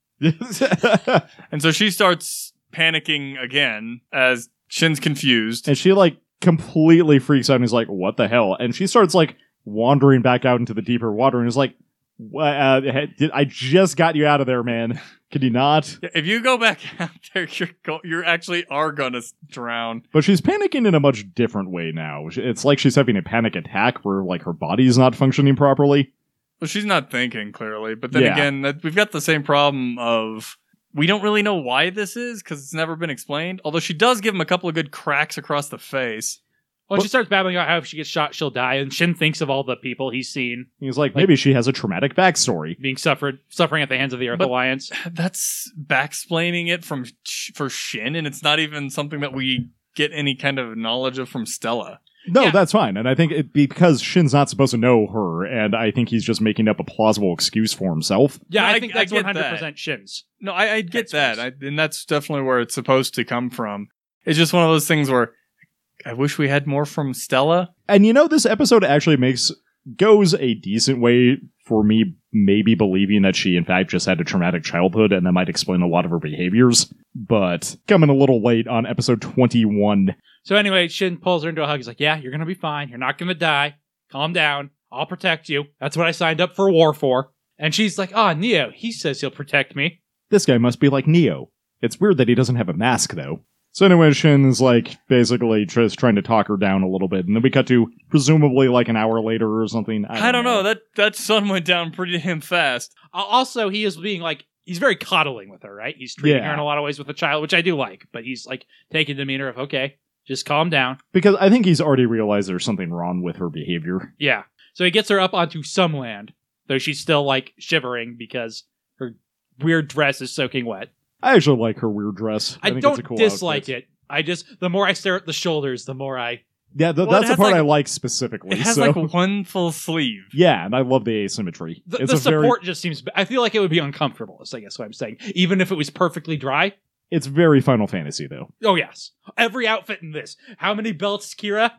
and
And so she starts panicking again as Shin's confused.
she like completely freaks out and is like, "What the hell?" And she starts like wandering back out into the deeper water and is like, "Wha- uh, he- did- "I just got you out of there, man. Could you not?"
Yeah, If you go back out there, you're go- you're actually are gonna s- drown.
But she's panicking in a much different way now. It's like she's having a panic attack where like her body's not functioning properly.
Well, she's not thinking clearly, but then
Yeah.
again, that, we've got the same problem of we don't really know why this is because it's never been explained. Although she does give him a couple of good cracks across the face.
Well,
But-
she starts babbling about how if she gets shot, she'll die. And Shin thinks of all the people he's seen
He's like, maybe she has a traumatic backstory.
being suffered suffering at the hands of the Earth
But-
Alliance.
that's backsplaining it from sh- for Shin, and it's not even something that we get any kind of knowledge of from Stella.
No,
Yeah.
that's fine. And I think it, because Shin's not supposed to know her, and I think he's just making up a plausible excuse for himself.
Yeah,
No,
I,
I-
think
I
that's
get
one
that.
hundred percent Shin's.
No, I, I get
That's
that, I, and that's definitely where it's supposed to come from. It's just one of those things where I wish we had more from Stella.
And you know, this episode actually makes goes a decent way for me maybe believing that she in fact just had a traumatic childhood and that might explain a lot of her behaviors. But coming a little late on episode twenty one.
So anyway, Shin pulls her into a hug. He's like, "Yeah, you're gonna be fine. You're not gonna die. Calm down. I'll protect you. That's what I signed up for war for." And she's like, "Ah, Neo. He says he'll protect me."
This guy must be like Neo. It's weird that he doesn't have a mask though. So anyway, Shin is like basically just trying to talk her down a little bit, and then we cut to presumably like an hour later or something. I
I don't, know. that that sun went down pretty damn fast.
Al- Also, he is being like, he's very coddling with her, right? He's treating
Yeah.
her in a lot of ways with a child, which I do like. But he's like taking the demeanor of, "Okay, just calm down."
because I think he's already realized there's something wrong with her behavior.
Yeah. So he gets her up onto some land, though she's still like shivering because her weird dress is soaking wet.
I actually like her weird dress.
I,
think it's
don't
a cool
dislike
outfit.
it. I just the more I stare at the shoulders, the more I
Yeah, th-
Well, it
that's the
has,
part
like-
I like specifically.
It has
so.
like one full sleeve.
yeah, and I love the asymmetry.
the,
it's
the
a very,
support just seems. I feel like it would be uncomfortable. Is I guess what I'm saying. Even if it was perfectly dry.
it's very Final Fantasy though.
Oh yes, every outfit in this. How many belts, Kira?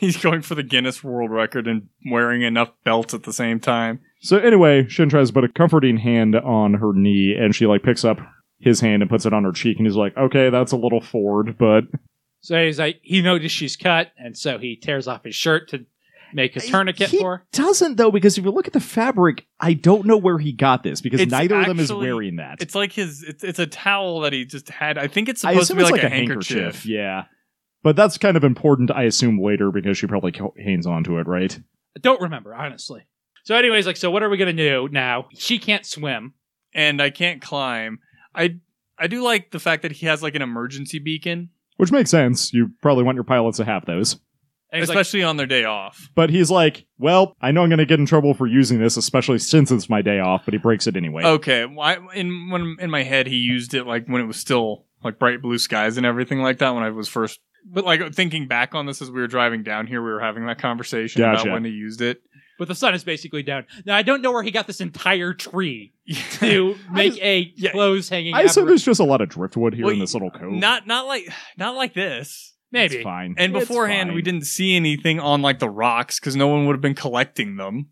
He's going for the Guinness World Record and wearing enough belts at the same time.
so anyway, Shin tries to put a comforting hand on her knee, and she like picks up his hand and puts it on her cheek, and he's like, "Okay, that's a little forward, but
So he's like, he noticed she's cut, and so he tears off his shirt to make a tourniquet
He
for. her.
doesn't though because if you look at the fabric, I don't know where he got this because
It's
neither of them is
actually-
wearing that.
It's like his. It's, it's a towel that he just had. I think it's
I
supposed
assume
to be
it's
like,
like,
a handkerchief.
Yeah. But that's kind of important, I assume, later because she probably co- hangs onto it, right?
I don't remember honestly. So anyways, like, so what are we gonna do now? She can't swim.
and I can't climb. I I do like the fact that he has like an emergency beacon.
Which makes sense. You probably want your pilots to have those.
And he's like,
especially on their day off.
But he's like, well, I know I'm going to get in trouble for using this, especially since it's my day off, but he breaks it anyway.
Okay, well, I, in when in my head he used it like when it was still like bright blue skies and everything like that when I was first. But like thinking back on this as we were driving down here, we were having that conversation
Gotcha.
about when he used it.
but the sun is basically down. Now I don't know where he got this entire tree to make a
yeah.
clothes hanging.
I assume
appar-
there's just a lot of driftwood here
Well,
in this little cove.
Not not like not like this.
it's
maybe.
fine.
And
It's
beforehand, we
fine.
didn't see anything on like the rocks because no one would have been collecting them.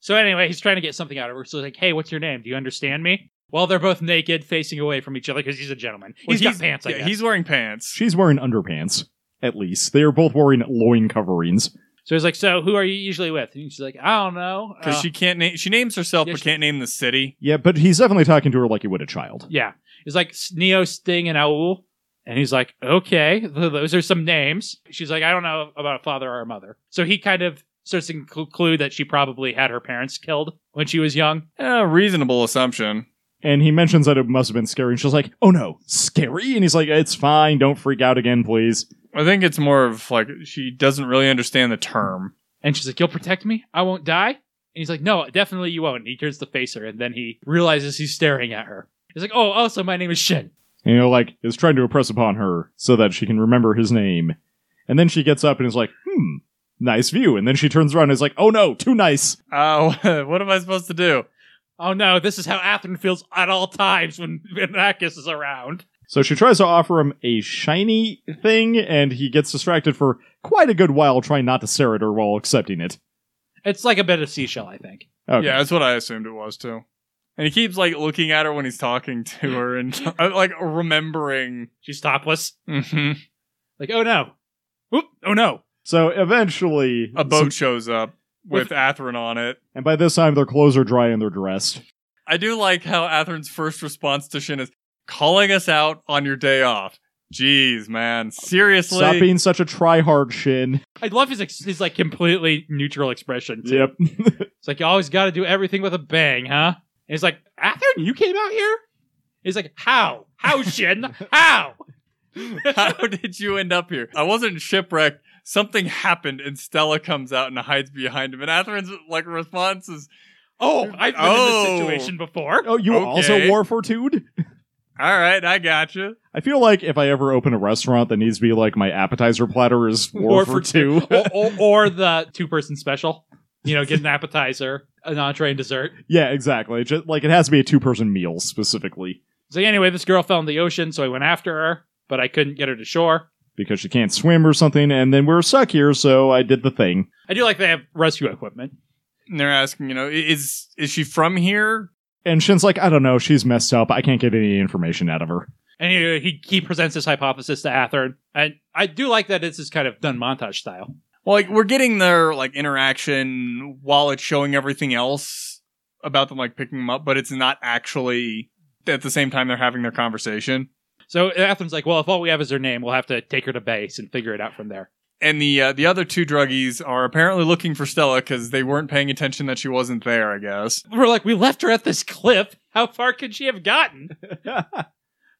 So anyway, he's trying to get something out of her. So he's like, "Hey, what's your name? Do you understand me?" Well, they're both naked, facing away from each other because he's a gentleman.
Well,
he's got pants. I
yeah,
guess.
he's wearing pants.
She's wearing underpants, at least. They are both wearing loin coverings.
So he's like, "So who are you usually with?" And she's like, "I don't know."
Because
Uh,
she can't name. She names herself,
yeah,
but
she-
can't name the city.
Yeah, but he's definitely talking to her like he would a child.
yeah, he's like Neo, Sting, and Owl. And he's like, "Okay, th- those are some names." She's like, "I don't know about a father or a mother." So he kind of starts to conclude that she probably had her parents killed when she was young.
Eh, reasonable assumption.
And he mentions that it must have been scary. And she's like, oh no, scary? And he's like, it's fine. Don't freak out again, please.
I think it's more of like she doesn't really understand the term.
And she's like, "You'll protect me? I won't die." And he's like, "No, definitely you won't." And he turns to face her, and then he realizes he's staring at her. He's like, "Oh, also my name is Shin."
And, you know, like, is trying to impress upon her so that she can remember his name. And then she gets up and is like, hmm, nice view. And then she turns around and is like, oh no, too nice.
Oh, what am I supposed to do?
Oh no, this is how Atherton feels at all times when Vanakis is around.
So she tries to offer him a shiny thing, and he gets distracted for quite a good while trying not to stare at her while accepting it.
It's like a bit of seashell, I think.
Okay.
Yeah, that's what I assumed it was too. And he keeps like looking at her when he's talking to her and uh, like remembering.
She's topless.
hmm
Like, oh no. Oop, oh no.
So eventually,
A boat shows up with,
With-
Atherin on it.
and by this time, their clothes are dry and they're dressed.
I do like how Atherin's first response to Shin is calling us out on your day off. Jeez, man, seriously.
Stop being such a tryhard, Shin.
I love his ex- his like completely neutral expression. too.
Yep.
It's like you always got to do everything with a bang, huh? And he's like, Atherton, you came out here? He's like, how? How, Shin? How?
how did you end up here? I wasn't shipwrecked. Something happened, and Stella comes out and hides behind him. And Atherin's like response is,
Oh, I've been
Oh.
in this situation before.
Oh, you also
Okay.
wore fortitude?
"All right, I gotcha."
I feel like if I ever open a restaurant, that needs to be like my appetizer platter is war, for, two.
or, or, or the two person special. You know, get an appetizer, an entree, and dessert.
yeah, exactly. Just, like it has to be a two-person meal specifically
So anyway, this girl fell in the ocean, so I went after her, but I couldn't get her to shore.
because she can't swim or something. And then we're stuck here, so I did the thing.
I do like they have rescue equipment.
And they're asking, you know, "I- is is she from here?
And Shin's like, I don't know, she's messed up. I can't get any information out of her.
And he, he, he presents this hypothesis to Athern. And I do like that this is kind of done montage style.
Well, like we're getting their like interaction while it's showing everything else about them like picking them up, but it's not actually at the same time they're having their conversation.
So Athern's like, well, if all we have is her name, we'll have to take her to base and figure it out from there.
And the uh, the other two druggies are apparently looking for Stella because they weren't paying attention that she wasn't there. I guess.
We're like, we left her at this cliff. How far could she have gotten?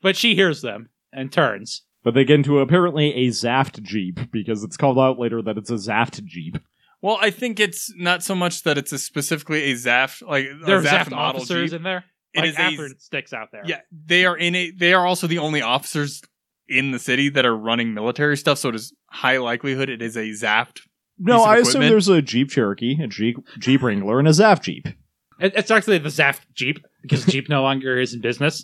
but she hears them and turns.
But they get into apparently a Zaft Jeep because it's called out later that it's a Zaft Jeep.
Well, I think it's not so much that it's a specifically a Zaft like a
There are
Zaft
Zaft officers
Jeep.
in there.
It
like
is a-
Athern sticks out there.
Yeah, they are in it. They are also the only officers in the city that are running military stuff. So it is high likelihood it is a Zaft.
No,
Piece of
I assume
equipment.
there's a Jeep Cherokee, a Jeep, Jeep Wrangler, and a Zaft Jeep.
It- It's actually the Zaft Jeep because Jeep no longer is in business.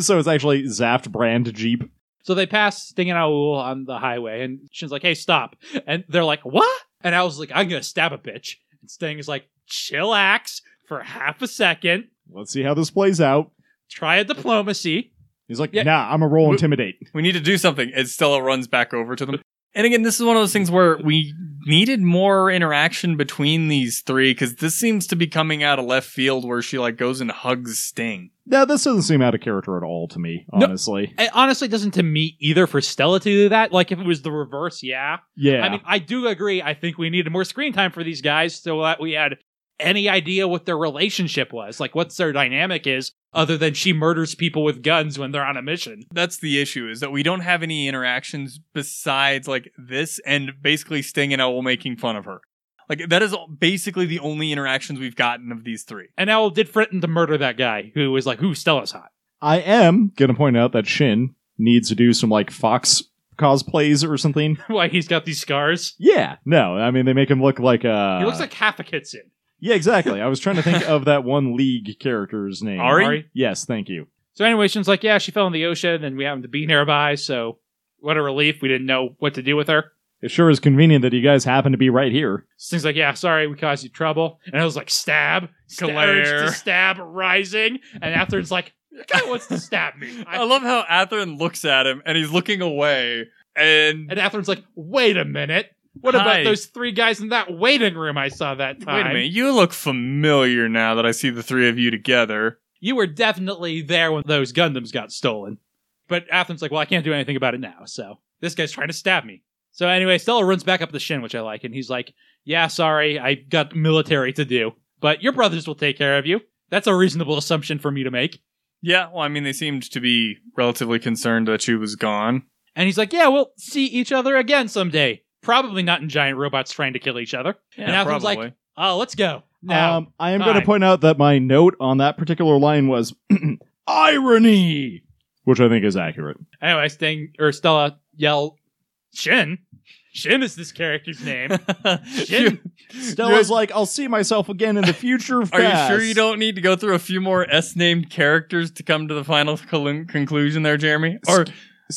so it's actually Zaft brand Jeep.
So they pass Sting and Owl on the highway, and Shin's like, "Hey, stop!" And they're like, "What?" And Owl's like, "I'm gonna stab a bitch." And Sting is like, "Chillax for half a second.
Let's see how this plays out.
Try a diplomacy."
He's like,
Yeah.
nah, I'm a roll
Wh-
intimidate.
We need to do something. And Stella runs back over to them. And again, this is one of those things where we needed more interaction between these three because this seems to be coming out of left field where she like goes and hugs Sting.
Now, this doesn't seem out of character at all to me,
No.
honestly.
It honestly doesn't to me either for Stella to do that. Like if it was the reverse, yeah.
Yeah.
I mean, I do agree. I think we needed more screen time for these guys so that we had any idea what their relationship was, like what's their dynamic is, other than she murders people with guns when they're on a mission.
That's the issue is that we don't have any interactions besides like this and basically Sting and Owl making fun of her. Like that is all- basically the only interactions we've gotten of these three.
And Owl did threaten to murder that guy who was like, "Who Stella's hot."
I am gonna point out that Shin needs to do some like Fox cosplays or something.
Why he's got these scars?
Yeah, no, I mean they make him look like uh
he looks like half a Kitson.
yeah, exactly. I was trying to think of that one League character's name.
Ari?
Yes, thank you.
So anyway, she's like, "Yeah, she fell in the ocean, and we happened to be nearby. So what a relief. We didn't know what to do with her."
It sure is convenient that you guys happen to be right here.
Sting's like, yeah, sorry, we caused you trouble. And I was like, stab, stab
Glare.
urge to stab rising. And after it's like, the guy wants to stab me.
I,
I-
love how Atherin looks at him and he's looking away and
and Atherin's like, wait a minute. What
Hi.
about those three guys in that waiting room I saw that time?
wait a minute, you look familiar now that I see the three of you together.
You were definitely there when those Gundams got stolen. But Atherin's like, well, I can't do anything about it now. So this guy's trying to stab me. So anyway, Stella runs back up the shin, which I like. And he's like, yeah, sorry, I got military to do. But your brothers will take care of you. That's a reasonable assumption for me to make.
Yeah, well I mean they seemed to be relatively concerned that she was gone.
And he's like, "Yeah, we'll see each other again someday. Probably not in giant robots trying to kill each other." and Atherin's like, "Oh, let's go now."
um, I am going to
time.
point out that my note on that particular line was irony, which I think is accurate.
anyway, Sting or Stella yell, "Shin, Shin is this character's name." Shin,
Stella's like, "I'll see myself again in the future."
Are you sure you
fast."
don't need to go through a few more S named characters to come to the final colun- conclusion there, Jeremy? Or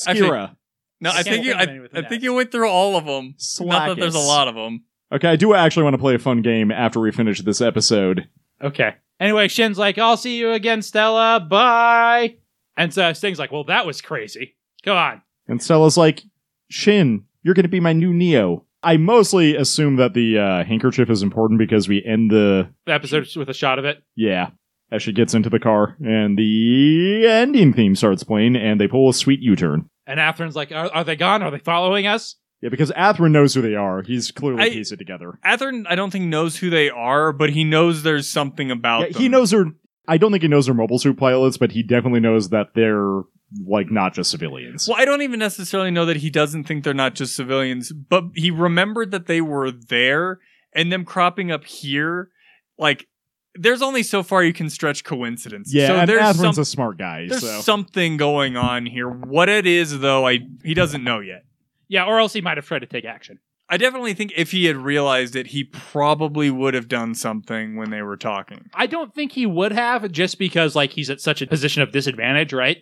actually-
Skira?
no, I
I can't
think you
think of
I,
any with
I
an
think
S.
you went through all of them. Not that there's a
Slackis.
lot of them.
Okay, I do actually want to play a fun game after we finish this episode.
okay. Anyway, Shin's like, "I'll see you again, Stella. Bye." And so Sting's like, "Well, that was crazy. Come on."
And Stella's like, "Shin, you're going to be my new Neo." I mostly assume that the uh, handkerchief is important because we end the
The episode's with a shot of it.
Yeah. As she gets into the car, and the ending theme starts playing, and they pull a sweet U turn.
And Atherin's like, are, "Are they gone? Are they following us?"
Yeah, because Atherin knows who they are. He's clearly
I-
pieced it together.
Atherin, I don't think knows who they are, but he knows there's something about
Yeah,
them.
he knows her. I don't think he knows her mobile suit pilots, but he definitely knows that they're like not just civilians.
Well, I don't even necessarily know that he doesn't think they're not just civilians, but he remembered that they were there and them cropping up here. Like, there's only so far you can stretch coincidence.
Yeah,
so
and
there's
Atherin's
some-
a smart guy.
There's
So
something going on here. What it is, though, I he doesn't know yet.
Yeah, or else he might have tried to take action.
I definitely think if he had realized it, he probably would have done something when they were talking.
I don't think he would have just because like he's at such a position of disadvantage, right?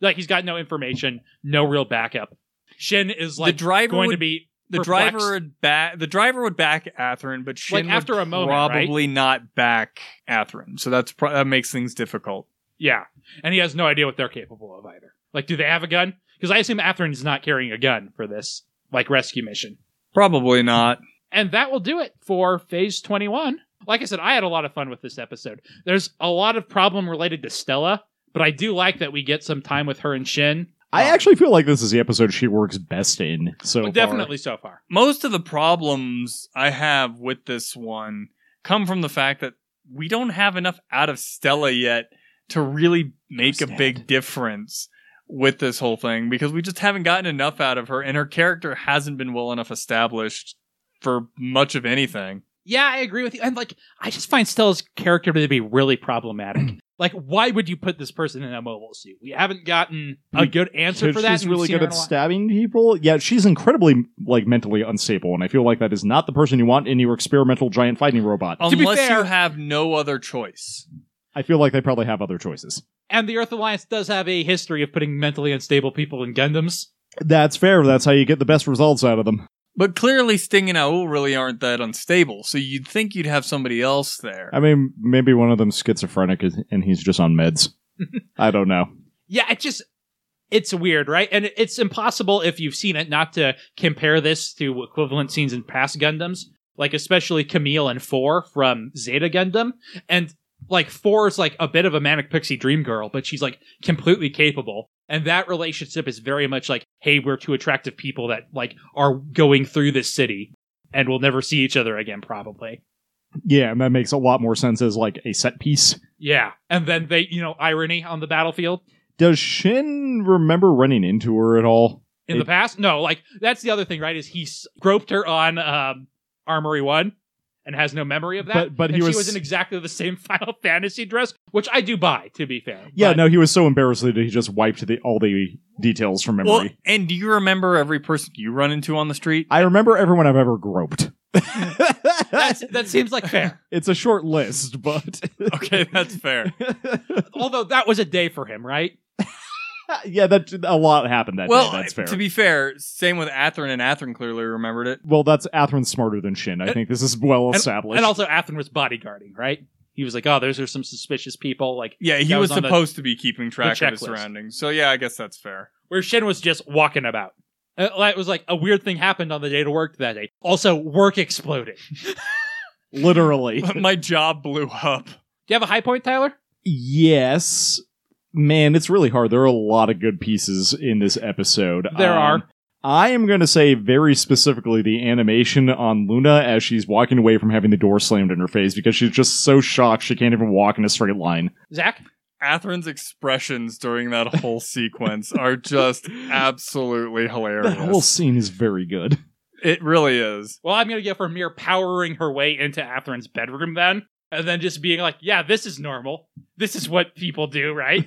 Like he's got no information, no real backup. Shin is like
driver
going to
would-
be
The
perplexed.
driver would back. The driver would back Atherin, but Shin
Like, after
would
a moment, right?
probably not back Atherin. So that's pro- that makes things difficult.
yeah, and he has no idea what they're capable of either. Like, do they have a gun? Because I assume Atherin is not carrying a gun for this like rescue mission.
Probably not.
And that will do it for phase 21. Like I said, I had a lot of fun with this episode. There's a lot of problem related to Stella, but I do like that we get some time with her and Shin.
I actually feel like this is the episode she works best in. So far.
definitely so far.
Most of the problems I have with this one come from the fact that we don't have enough out of Stella yet to really make a
Understand.
big difference with this whole thing because we just haven't gotten enough out of her and her character hasn't been well enough established for much of anything.
Yeah, I agree with you. And like, I just find Stella's character to be really problematic. like, why would you put this person in a mobile suit? We haven't gotten a good answer for that.
She's
and we've
really
seen
good
her
at
in a lot-
stabbing people. Yeah, she's incredibly like mentally unstable, and I feel like that is not the person you want in your experimental giant fighting robot.
be
Unless
fair-
you have no other choice.
I feel like they probably have other choices.
And the Earth Alliance does have a history of putting mentally unstable people in Gundams.
That's fair. That's how you get the best results out of them.
But clearly Sting and Owl really aren't that unstable, so you'd think you'd have somebody else there.
I mean, maybe one of them's schizophrenic is- and he's just on meds. I don't know.
Yeah, it just. It's weird, right? And it's impossible if you've seen it not to compare this to equivalent scenes in past Gundams, like especially Camille and Four from Zeta Gundam. And like Four is like a bit of a manic pixie dream girl, but she's like completely capable. And that relationship is very much like, hey, we're two attractive people that like are going through this city and we'll never see each other again, probably.
Yeah, and that makes a lot more sense as like a set piece.
Yeah. And then they, you know, irony on the battlefield
Does Shin remember running into her at all?
in
It-
the past. No, like that's the other thing, right? Is he s- groped her on um, Armory One and has no memory of that.
But- but he
And
was-
she was in exactly the same Final Fantasy dress, which I do buy. To be fair.
Yeah,
But-
no, he was so embarrassed that he just wiped the, all the details from memory.
Well, and do you remember every person you run into on the street?
I remember everyone I've ever groped.
That's, that seems like fair.
it's a short list, but
okay, that's fair.
Although that was a day for him, right?
yeah, that a lot happened that
well,
day. That's
I-
fair.
to be fair, same with Atherin, and Atherin clearly remembered it.
well, that's Atherin's smarter than Shin. I think this is well established.
And also, Athen was bodyguarding, right? He was like, "Oh, those are some suspicious people." Like,
Yeah, he
That
was,
was on the-
supposed to be keeping track of his
checklist.
surroundings. So yeah, I guess that's fair.
where Shin was just walking about. Uh, like, It was like a weird thing happened on the day to work that day. Also, work exploded. Do
Literally.
My job blew up.
you have a high point, Tyler?
yes. Man, it's really hard. There are a lot of good pieces in this episode.
There are.
I am going to say very specifically the animation on Luna as she's walking away from having the door slammed in her face because she's just so shocked she can't even walk in a straight line.
Zach?
Atherin's expressions during that whole sequence are just absolutely hilarious.
That whole scene is very good.
It really is.
Well, I'm going to go for mere powering her way into Atherin's bedroom then, and then just being like, yeah, this is normal. This is what people do, right?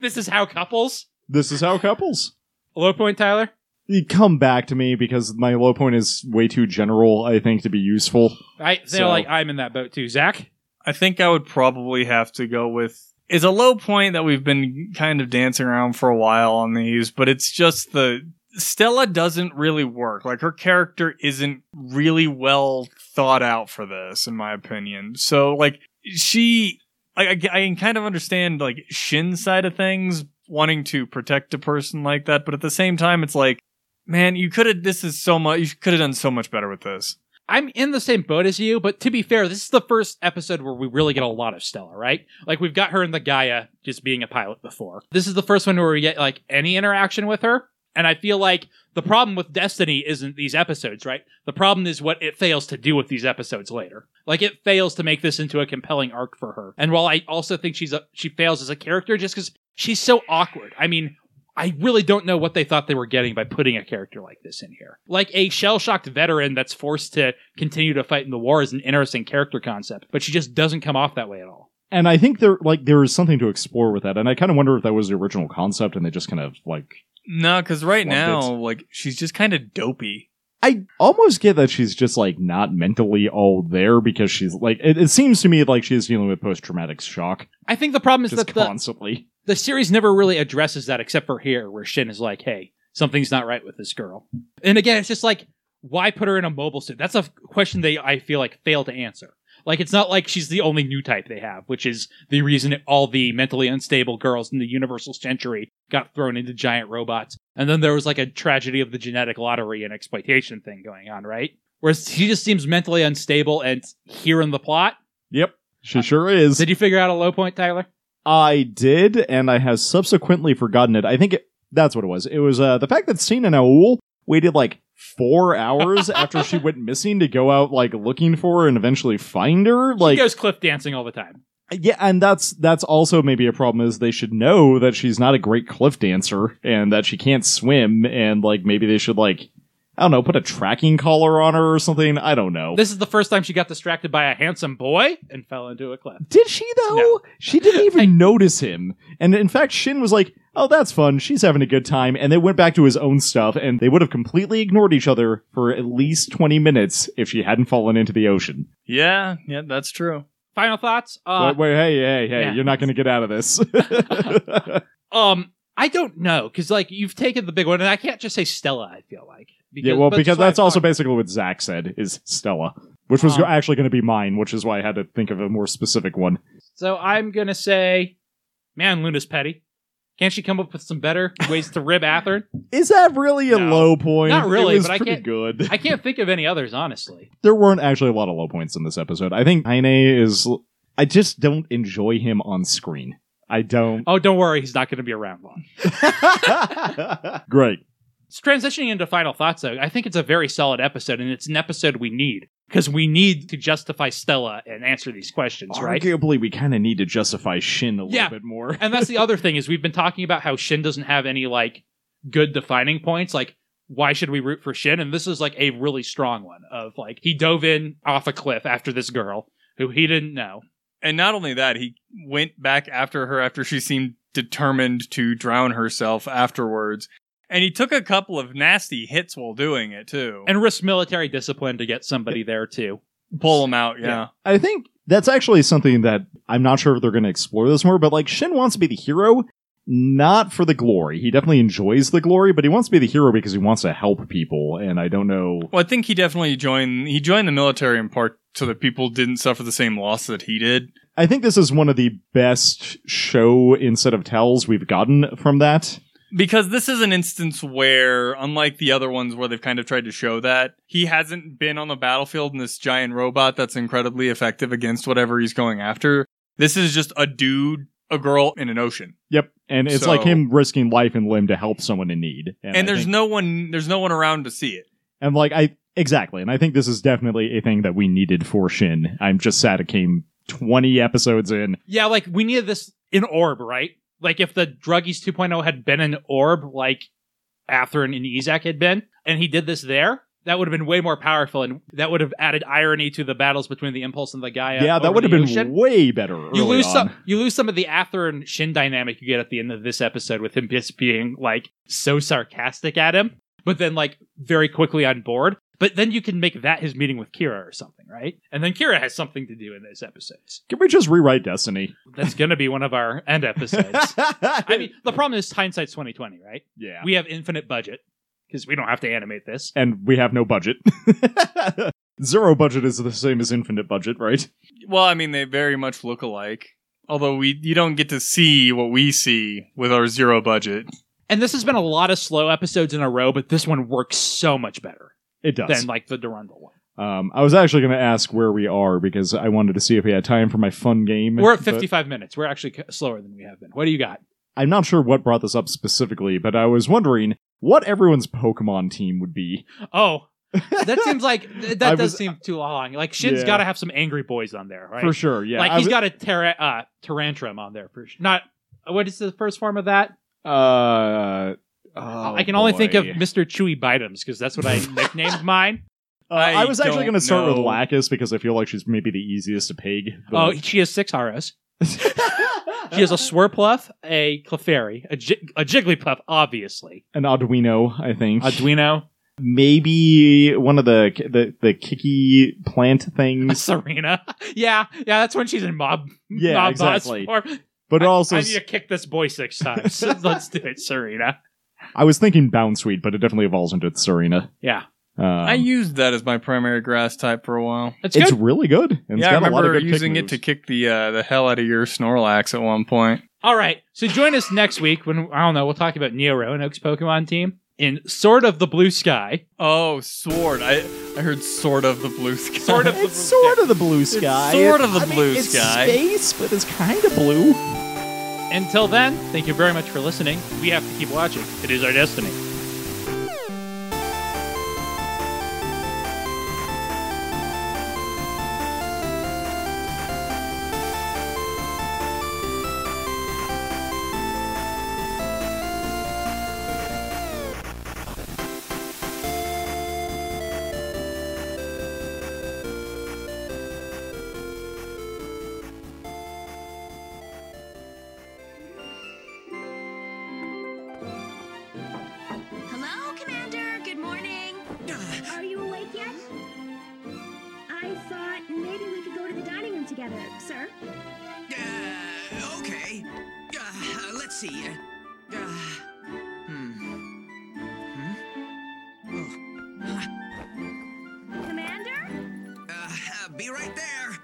this is how couples.
This is how couples.
Low point, Tyler?
You come back to me because my low point is way too general, I think, to be useful.
I feel
So-
like I'm in that boat too. Zach?
I think I would probably have to go with it's a low point that we've been kind of dancing around for a while on these, but it's just the Stella doesn't really work. Like her character isn't really well thought out for this, in my opinion. So like she, I, I, I can kind of understand like Shin's side of things wanting to protect a person like that, but at the same time, it's like, man, you could have. This is so much. You could have done so much better with this.
I'm in the same boat as you, but to be fair, this is the first episode where we really get a lot of Stella, right? Like we've got her in the Gaia just being a pilot before. This is the first one where we get like any interaction with her. And I feel like the problem with Destiny isn't these episodes, right? The problem is what it fails to do with these episodes later. Like it fails to make this into a compelling arc for her. And while I also think she's a, she fails as a character just because she's so awkward. I mean, I really don't know what they thought they were getting by putting a character like this in here. Like a shell shocked veteran that's forced to continue to fight in the war is an interesting character concept, but she just doesn't come off that way at all.
And I think there like there is something to explore with that, and I kind of wonder if that was the original concept, and they just kind of like
No, because right
Flunked
now, like she's just kind of dopey.
I almost get that she's just like not mentally all there because she's like it, it seems to me like she's dealing with post traumatic shock
I think the problem is
just
that the,
constantly.
the series never really addresses that except for here, where Shin is like, hey, something's not right with this girl. And again, it's just like, why put her in a mobile suit? That's a f- question they, I feel like, fail to answer. Like, it's not like she's the only new type they have, which is the reason that all the mentally unstable girls in the Universal Century got thrown into giant robots. And then there was like a tragedy of the genetic lottery and exploitation thing going on, right? Whereas she just seems mentally unstable and here in the plot.
Yep, she sure is.
Did you figure out a low point, Tyler?
I did, and I have subsequently forgotten it. I think it, that's what it was. It was uh, the fact that Cena Naul waited like four hours after she went missing to go out like looking for her and eventually find her. Like,
she goes cliff dancing all the time.
yeah, and that's that's also maybe a problem is they should know that she's not a great cliff dancer and that she can't swim, and like maybe they should like. I don't know, put a tracking collar on her or something. I don't know.
This is the first time she got distracted by a handsome boy and fell into a cliff.
Did she though?
No.
She didn't even notice him. And in fact, Shin was like, "Oh, that's fun. She's having a good time." And they went back to his own stuff, and they would have completely ignored each other for at least twenty minutes if she hadn't fallen into the ocean.
Yeah, yeah, that's true.
Final thoughts? Uh,
wait, wait, hey, hey, hey!
yeah.
You're not going to get out of this.
Um, I don't know because like you've taken the big one, and I can't just say Stella. I feel like
yeah, well,
but
because
why I
that's also
thought-
basically what Zach said is Stella, which was
Um.
actually going to be mine, which is why I had to think of a more specific one.
so. I'm gonna say, man, Luna's petty. Can't she come up with some better ways to rib Atherin?
Is that really a
No.
low point?
Not really,
It was
but I
pretty
can't-
good.
I can't think of any others, honestly.
there weren't actually a lot of low points in this episode. I think Heine is. I just don't enjoy him on screen. I don't.
Oh, don't worry, he's not gonna be around long.
Great.
It's transitioning into final thoughts, though. I think it's a very solid episode, and it's an episode we need. because we need to justify Stella and answer these questions, right?
Arguably, we kind of need to justify Shin a little
Yeah.
bit more.
and that's the other thing is we've been talking about how Shin doesn't have any like good defining points. Like, why should we root for Shin? And this is like a really strong one of like he dove in off a cliff after this girl who he didn't know.
And not only that, he went back after her after she seemed determined to drown herself afterwards. And he took a couple of nasty hits while doing it too.
And risked military discipline to get somebody there too.
pull him out, yeah.
I think that's actually something that I'm not sure if they're going to explore this more, but like Shin wants to be the hero, not for the glory. He definitely enjoys the glory, but he wants to be the hero because he wants to help people. And I don't know.
Well, I think he definitely joined he joined the military in part so that people didn't suffer the same loss that he did.
I think this is one of the best show instead of tells we've gotten from that.
Because this is an instance where, unlike the other ones where they've kind of tried to show that, he hasn't been on the battlefield in this giant robot that's incredibly effective against whatever he's going after. This is just a dude, a girl, and an ocean.
Yep. And it's
So-
like him risking life and limb to help someone in need.
and
I
there's
think-
no one there's no one around to see it
and like I exactly, and I think this is definitely a thing that we needed for Shin. I'm just sad it came 20 episodes in.
Yeah, like we needed this in Orb, right? Like if the Druggies 2.0 had been in Orb, like Atherin and Ezak had been, and he did this there, that would have been way more powerful, and that would have added irony to the battles between the Impulse and the Gaia.
yeah, that
over
would have
the
been
ocean.
way better.
You
early
lose
on.
some. You lose some of the Atherin Shin dynamic you get at the end of this episode with him just being like so sarcastic at him, but then like very quickly on board. But then you can make that his meeting with Kira or something, right? And then Kira has something to do in those episodes.
Can we just rewrite Destiny?
That's going to be one of our end episodes. I mean, the problem is hindsight's twenty twenty, right?
yeah.
We have infinite budget because we don't have to animate this.
and we have no budget. Zero budget is the same as infinite budget, right?
well i mean they very much look alike although we you don't get to see what we see with our zero budget
And this has been a lot of slow episodes in a row, but this one works so much better
It does.
than like the Durandal one.
um, I was actually going to ask where we are because I wanted to see if we had time for my fun game.
We're at
but
55 minutes. We're actually c- slower than we have been. What do you got?
I'm not sure what brought this up specifically, but I was wondering what everyone's Pokemon team would be.
Oh, that seems like th- that
I
does
was-
seem too long. Like Shin's
Yeah.
got to have some angry boys on there, right?
For sure, yeah.
Like
I
he's
was-
got a tara- uh, Tarantrum on there for sure. Not what is the first form of that?
Uh, oh,
I can only think of
boy.
Mr. Chewy Bitems because that's what I nicknamed mine.
Uh, I, was actually
don't
going to start with
know.
Lacus because I feel like she's maybe the easiest to pig.
Oh,
but-
she has six ROs. She has a Swirpluff, a Clefairy, a, Jig- a Jigglypuff, obviously.
an Arduino, I think.
Arduino,
maybe one of the the the kicky plant
a
things,
Serena. Yeah, yeah, that's when she's in mob.
Yeah,
mob boss
exactly.
form.
but
I-
also
I
I,
need to kick this boy six times. Let's do it, Serena.
was thinking bounce Bounceweed, but it definitely evolves into Serena.
Yeah,
Um,
i used that as my primary grass type for a while
it's,
it's
good.
really good. And it's
yeah i
got a lot of
remember
good kick
using it
moves.
to kick the uh, the hell out of your snorlax at one point
All right, so join us next week when I don't know. We'll talk about Neo Roanoke's Pokemon team in Sword of the Blue Sky.
oh sword i i heard sword of the blue sky
Sword of
It's sort of the blue sky.
sort of the
I mean,
blue
it's
sky.
space, but it's kind of blue.
Until then, thank you very much for listening. We have to keep watching. It is our destiny.
Hello, Commander. Good morning. Are you awake yet? I thought maybe we could go to the dining room together, sir.
Uh, okay. Uh, let's see. Uh, uh, hmm. Hmm? Oh. Huh.
Commander?
Uh, uh, be right there.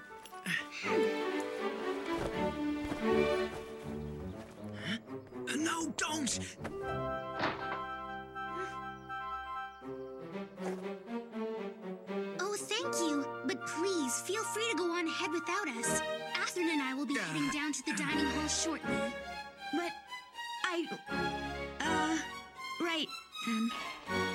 Huh? Uh, No, don't!
Oh, thank you. But please, feel free to go on ahead without us. Atherton and I will be heading down to the dining hall shortly. But I. Uh. Right, then.